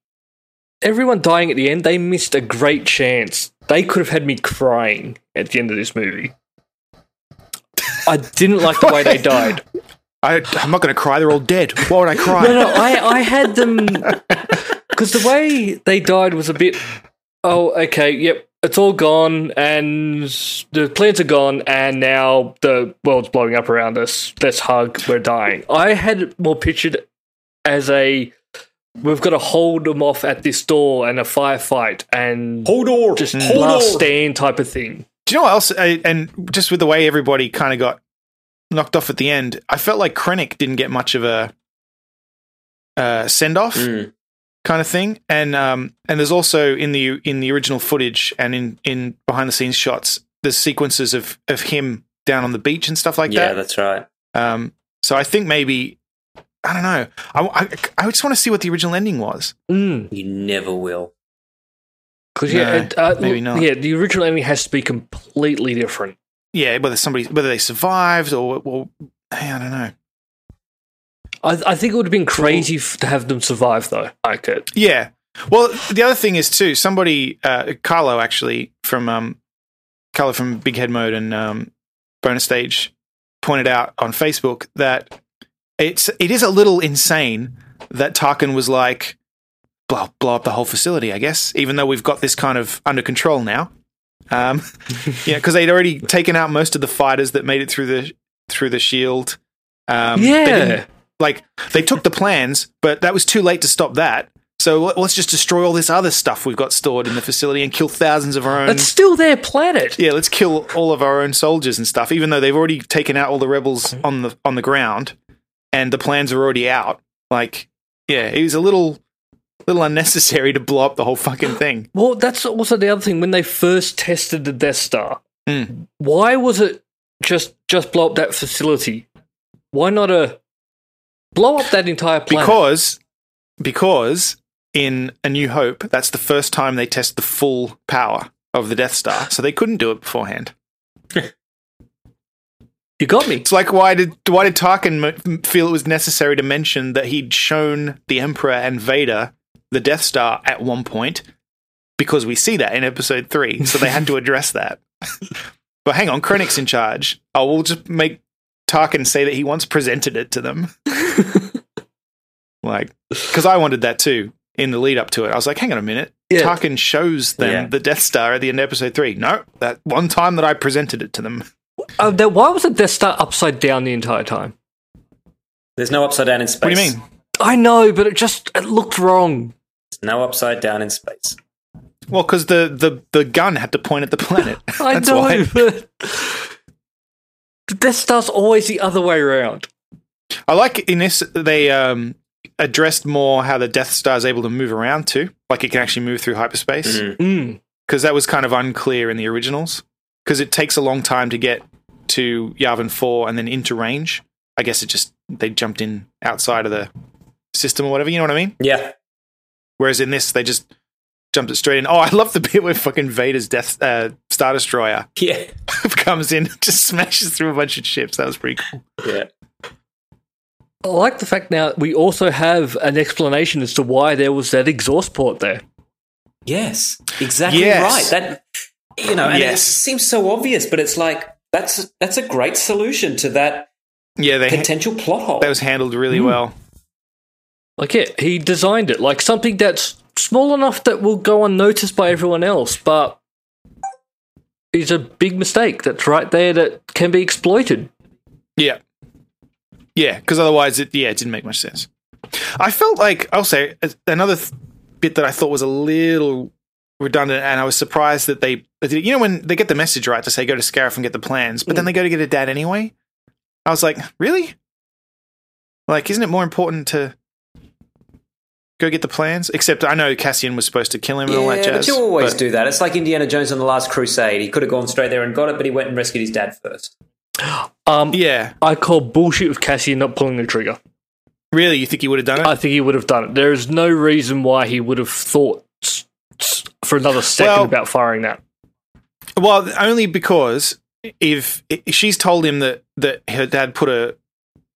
[SPEAKER 3] everyone dying at the end, they missed a great chance. They could have had me crying at the end of this movie. I didn't like the way they died.
[SPEAKER 6] I, I'm not going to cry. They're all dead. Why would I cry?
[SPEAKER 3] No, no, I, I had them because the way they died was a bit. Oh, okay, yep, it's all gone, and the plants are gone, and now the world's blowing up around us. Let's hug, we're dying. I had it more pictured as a we've got to hold them off at this door and a firefight and
[SPEAKER 5] hold on,
[SPEAKER 3] just
[SPEAKER 6] Mm.
[SPEAKER 3] last stand type of thing.
[SPEAKER 6] Do you know what else? I, and just with the way everybody kind of got knocked off at the end, I felt like Krennic didn't get much of a uh, send off
[SPEAKER 5] Mm.
[SPEAKER 6] kind of thing. And um, and there's also in the in the original footage and in in behind the scenes shots, there's sequences of of him down on the beach and stuff like
[SPEAKER 5] yeah,
[SPEAKER 6] that.
[SPEAKER 5] that's right.
[SPEAKER 6] Um, so I think maybe I don't know. I I, I just want to see what the original ending was.
[SPEAKER 3] Mm.
[SPEAKER 5] You never will.
[SPEAKER 3] Cause yeah,
[SPEAKER 6] No,
[SPEAKER 3] it, uh,
[SPEAKER 6] maybe not.
[SPEAKER 3] yeah, the original ending has to be completely different.
[SPEAKER 6] Yeah, whether somebody whether they survived or or hey, I don't know.
[SPEAKER 3] I, I think it would have been crazy f- to have them survive though. I liked it.
[SPEAKER 6] Yeah. Well, the other thing is too. Somebody, uh, Carlo, actually from um, Carlo from Big Head Mode and um, Bonus Stage, pointed out on Facebook that it's it is a little insane that Tarkin was like, blow, blow up the whole facility. I guess, even though we've got this kind of under control now. Um, yeah, because they'd already taken out most of the fighters that made it through the through the shield. Um, they
[SPEAKER 3] Yeah.
[SPEAKER 6] didn't- like they took the plans, but that was too late to stop that. So let- let's just destroy all this other stuff we've got stored in the facility and kill thousands of our own.
[SPEAKER 3] It's still their planet.
[SPEAKER 6] Um, yeah, let's kill all of our own soldiers and stuff, even though they've already taken out all the rebels on the on the ground, and the plans are already out. Like, yeah, it was a little little unnecessary to blow up the whole fucking thing.
[SPEAKER 3] Well, that's also the other thing. When they first tested the Death Star,
[SPEAKER 6] Mm.
[SPEAKER 3] why was it just just blow up that facility? Why not a blow up that entire planet?
[SPEAKER 6] Because because in A New Hope, that's the first time they test the full power of the Death Star, so they couldn't do it beforehand.
[SPEAKER 3] you got me.
[SPEAKER 6] It's like why did why did Tarkin m- feel it was necessary to mention that he'd shown the Emperor and Vader the Death Star at one point because we see that in Episode Three, so they had to address that. but hang on, Krennic's in charge. Oh, we'll just make Tarkin say that he once presented it to them. like, because I wanted that too in the lead up to it. I was like, hang on a minute.
[SPEAKER 3] Yeah.
[SPEAKER 6] Tarkin shows them
[SPEAKER 5] Yeah.
[SPEAKER 6] the Death Star at the end of Episode Three. No, that one time that I presented it to them.
[SPEAKER 3] Uh, then why was the Death Star upside down the entire time?
[SPEAKER 5] There's no upside down in space.
[SPEAKER 6] What do you mean?
[SPEAKER 3] I know, but it just it looked wrong.
[SPEAKER 5] There's no upside down in space.
[SPEAKER 6] Well, because the, the, the gun had to point at the planet.
[SPEAKER 3] I
[SPEAKER 6] That's
[SPEAKER 3] know,
[SPEAKER 6] why.
[SPEAKER 3] but the Death Star's always the other way around.
[SPEAKER 6] I like in this they um, addressed more how the Death Star is able to move around too, like it can actually move through hyperspace, because
[SPEAKER 5] Mm.
[SPEAKER 3] Mm.
[SPEAKER 6] that was kind of unclear in the originals. Because it takes a long time to get to Yavin Four and then into range. I guess it just they jumped in outside of the system or whatever. You know what I mean?
[SPEAKER 5] Yeah,
[SPEAKER 6] Whereas in this they just jumped it straight in. Oh, I love the bit where fucking Vader's Death uh, Star Destroyer
[SPEAKER 5] yeah,
[SPEAKER 6] comes in, and just smashes through a bunch of ships. That was pretty cool.
[SPEAKER 5] yeah.
[SPEAKER 3] I like the fact now we also have an explanation as to why there was that exhaust port there.
[SPEAKER 5] Yes, exactly
[SPEAKER 6] Yes.
[SPEAKER 5] right. That you know, and
[SPEAKER 6] Yes.
[SPEAKER 5] it seems so obvious, but it's like That's that's a great solution to that
[SPEAKER 6] Yeah, they
[SPEAKER 5] potential plot hole.
[SPEAKER 6] that was handled really well.
[SPEAKER 3] Like, yeah, he designed it like something that's small enough that will go unnoticed by everyone else, but it's a big mistake that's right there that can be exploited.
[SPEAKER 6] Yeah. Yeah, because otherwise, it yeah, it didn't make much sense. I felt like I'll say uh, another th- bit that I thought was a little redundant, and I was surprised that they, you know, when they get the message right to say go to Scarif and get the plans, but then they go to get a dad anyway. I was like, really? Like, isn't it more important to go get the plans? Except I know Cassian was supposed to kill him and all
[SPEAKER 5] yeah,
[SPEAKER 6] that
[SPEAKER 5] but
[SPEAKER 6] jazz.
[SPEAKER 5] you always
[SPEAKER 6] but-
[SPEAKER 5] do that. It's like Indiana Jones on the Last Crusade. He could have gone straight there and got it, but he went and rescued his dad first.
[SPEAKER 3] Um,
[SPEAKER 6] Yeah,
[SPEAKER 3] I call bullshit with Cassian not pulling the trigger.
[SPEAKER 6] really? You think he would have done it?
[SPEAKER 3] I think he would have done it. There is no reason why he would have thought s- s- for another second
[SPEAKER 6] Well-
[SPEAKER 3] about firing that.
[SPEAKER 6] Well, only because if if she's told him that that her dad put a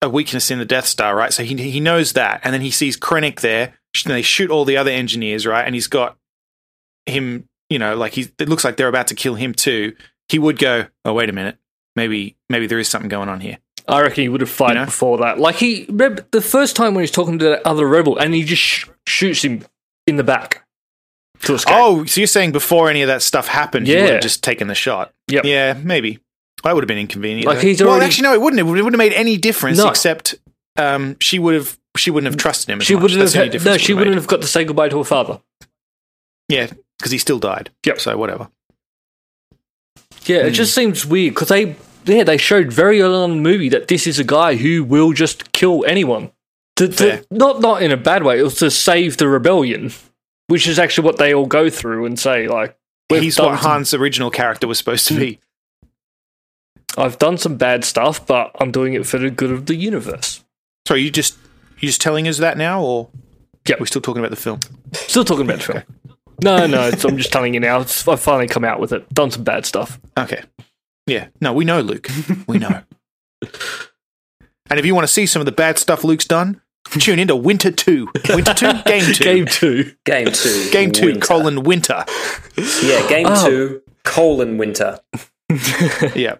[SPEAKER 6] a weakness in the Death Star, right? So he he knows that, and then he sees Krennic there. sh- And they shoot all the other engineers, right? And he's got him, you know, like he. It looks like they're about to kill him too. He would go, oh wait a minute, maybe maybe there is something going on here.
[SPEAKER 3] I reckon he would have fired
[SPEAKER 6] You know?
[SPEAKER 3] before that. Like he, reb- the first time when he's talking to that other rebel, and he just sh- shoots him in the back to escape.
[SPEAKER 6] Oh, so you're saying before any of that stuff happened, he would
[SPEAKER 3] Yeah.
[SPEAKER 6] have just taken the shot?
[SPEAKER 3] Yep.
[SPEAKER 6] Yeah, maybe. That would have been inconvenient.
[SPEAKER 3] Like,
[SPEAKER 6] though.
[SPEAKER 3] he's
[SPEAKER 6] well,
[SPEAKER 3] already-
[SPEAKER 6] actually, no, it wouldn't. Have, it wouldn't have made any difference
[SPEAKER 3] No.
[SPEAKER 6] except um, she would have. She wouldn't have trusted him. As
[SPEAKER 3] she
[SPEAKER 6] much.
[SPEAKER 3] wouldn't
[SPEAKER 6] That's
[SPEAKER 3] have.
[SPEAKER 6] the only
[SPEAKER 3] Had,
[SPEAKER 6] difference
[SPEAKER 3] no,
[SPEAKER 6] it
[SPEAKER 3] she
[SPEAKER 6] would've
[SPEAKER 3] wouldn't have got to say goodbye to her father.
[SPEAKER 6] made. Yeah, because he still died.
[SPEAKER 3] Yep.
[SPEAKER 6] So whatever.
[SPEAKER 3] Yeah,
[SPEAKER 6] Hmm.
[SPEAKER 3] it just seems weird because they, yeah, they showed very early on in the movie that this is a guy who will just kill anyone. To, to-
[SPEAKER 6] Fair.
[SPEAKER 3] not not in a bad way. It was to save the rebellion, which is actually what they all go through and say like, "We've
[SPEAKER 6] he's
[SPEAKER 3] done Mm-hmm.
[SPEAKER 6] what
[SPEAKER 3] some-
[SPEAKER 6] Han's original character was supposed to be.
[SPEAKER 3] I've done some bad stuff, but I'm doing it for the good of the universe."
[SPEAKER 6] So are you just you just telling us that now, or
[SPEAKER 3] Yeah.
[SPEAKER 6] we're still talking about the film?
[SPEAKER 3] Still talking about the film. No, no, it's, I'm just telling you now. It's, I've finally come out with it. Done some bad stuff.
[SPEAKER 6] Okay. Yeah. No, we know, Luke. We know. and if you want to see some of the bad stuff Luke's done, tune into Winter 2. Winter 2, Game 2.
[SPEAKER 3] Game two.
[SPEAKER 5] Game two.
[SPEAKER 6] Game 2,
[SPEAKER 5] winter.
[SPEAKER 6] colon, Winter.
[SPEAKER 5] Yeah, game
[SPEAKER 3] Oh.
[SPEAKER 5] two, colon winter.
[SPEAKER 6] Yeah.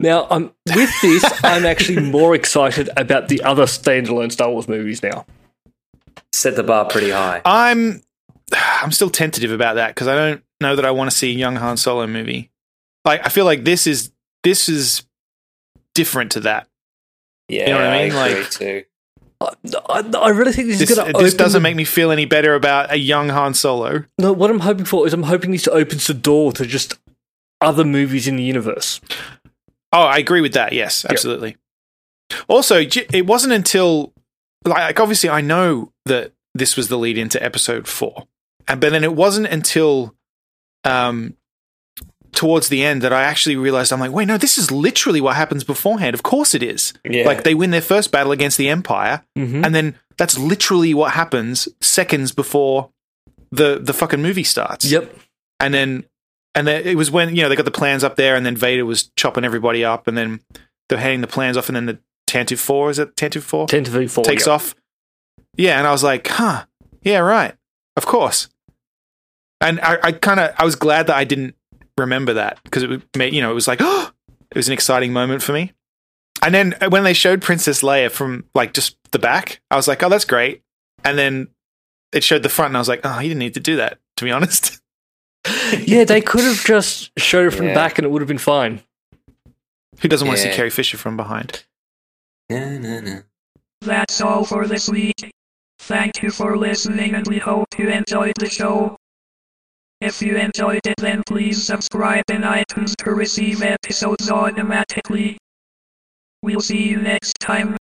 [SPEAKER 3] Now, I'm with this. I'm actually more excited about the other standalone Star Wars movies now.
[SPEAKER 5] Set the bar pretty high.
[SPEAKER 6] I'm I'm still tentative about that because I don't know that I want to see a young Han Solo movie. Like I feel like this is this is different to that.
[SPEAKER 5] Yeah,
[SPEAKER 6] know what I mean?
[SPEAKER 5] agree
[SPEAKER 6] Like-
[SPEAKER 5] too.
[SPEAKER 3] I, I, I really think this,
[SPEAKER 6] This,
[SPEAKER 3] is going to
[SPEAKER 6] this doesn't make me feel any better about a young Han Solo.
[SPEAKER 3] No, what I'm hoping for is I'm hoping this opens the door to just other movies in the universe.
[SPEAKER 6] Oh, I agree with that. Yes, absolutely. Also, j- it wasn't until like obviously I know that this was the lead into episode four, and but then it wasn't until um towards the end that I actually realized I'm like, wait, no, this is literally what happens beforehand. Of course, it is.
[SPEAKER 5] Yeah.
[SPEAKER 6] Like they win their first battle against the Empire, and then that's literally what happens seconds before the the fucking movie starts
[SPEAKER 3] Yep.
[SPEAKER 6] and then and then it was when you know they got the plans up there, and then Vader was chopping everybody up, and then they're handing the plans off, and then the Tantive Four is it Tantive Four
[SPEAKER 3] Tentatively four.
[SPEAKER 6] takes
[SPEAKER 3] yep.
[SPEAKER 6] off. Yeah, and I was like, huh, yeah, right, of course. And I, I kind of I was glad that I didn't remember that because it was you know it was like oh, it was an exciting moment for me. And then when they showed Princess Leia from like just the back, I was like, oh, that's great. And then it showed the front, and I was like, oh, you didn't need to do that, to be honest.
[SPEAKER 3] Yeah, they could have just showed it from
[SPEAKER 5] Yeah.
[SPEAKER 3] the back and it would have been fine.
[SPEAKER 6] Who doesn't want to see
[SPEAKER 5] Yeah.
[SPEAKER 6] Carrie Fisher from behind?
[SPEAKER 5] No, no, no.
[SPEAKER 7] That's all for this week. Thank you for listening and we hope you enjoyed the show. If you enjoyed it then please subscribe in iTunes to receive episodes automatically. We'll see you next time.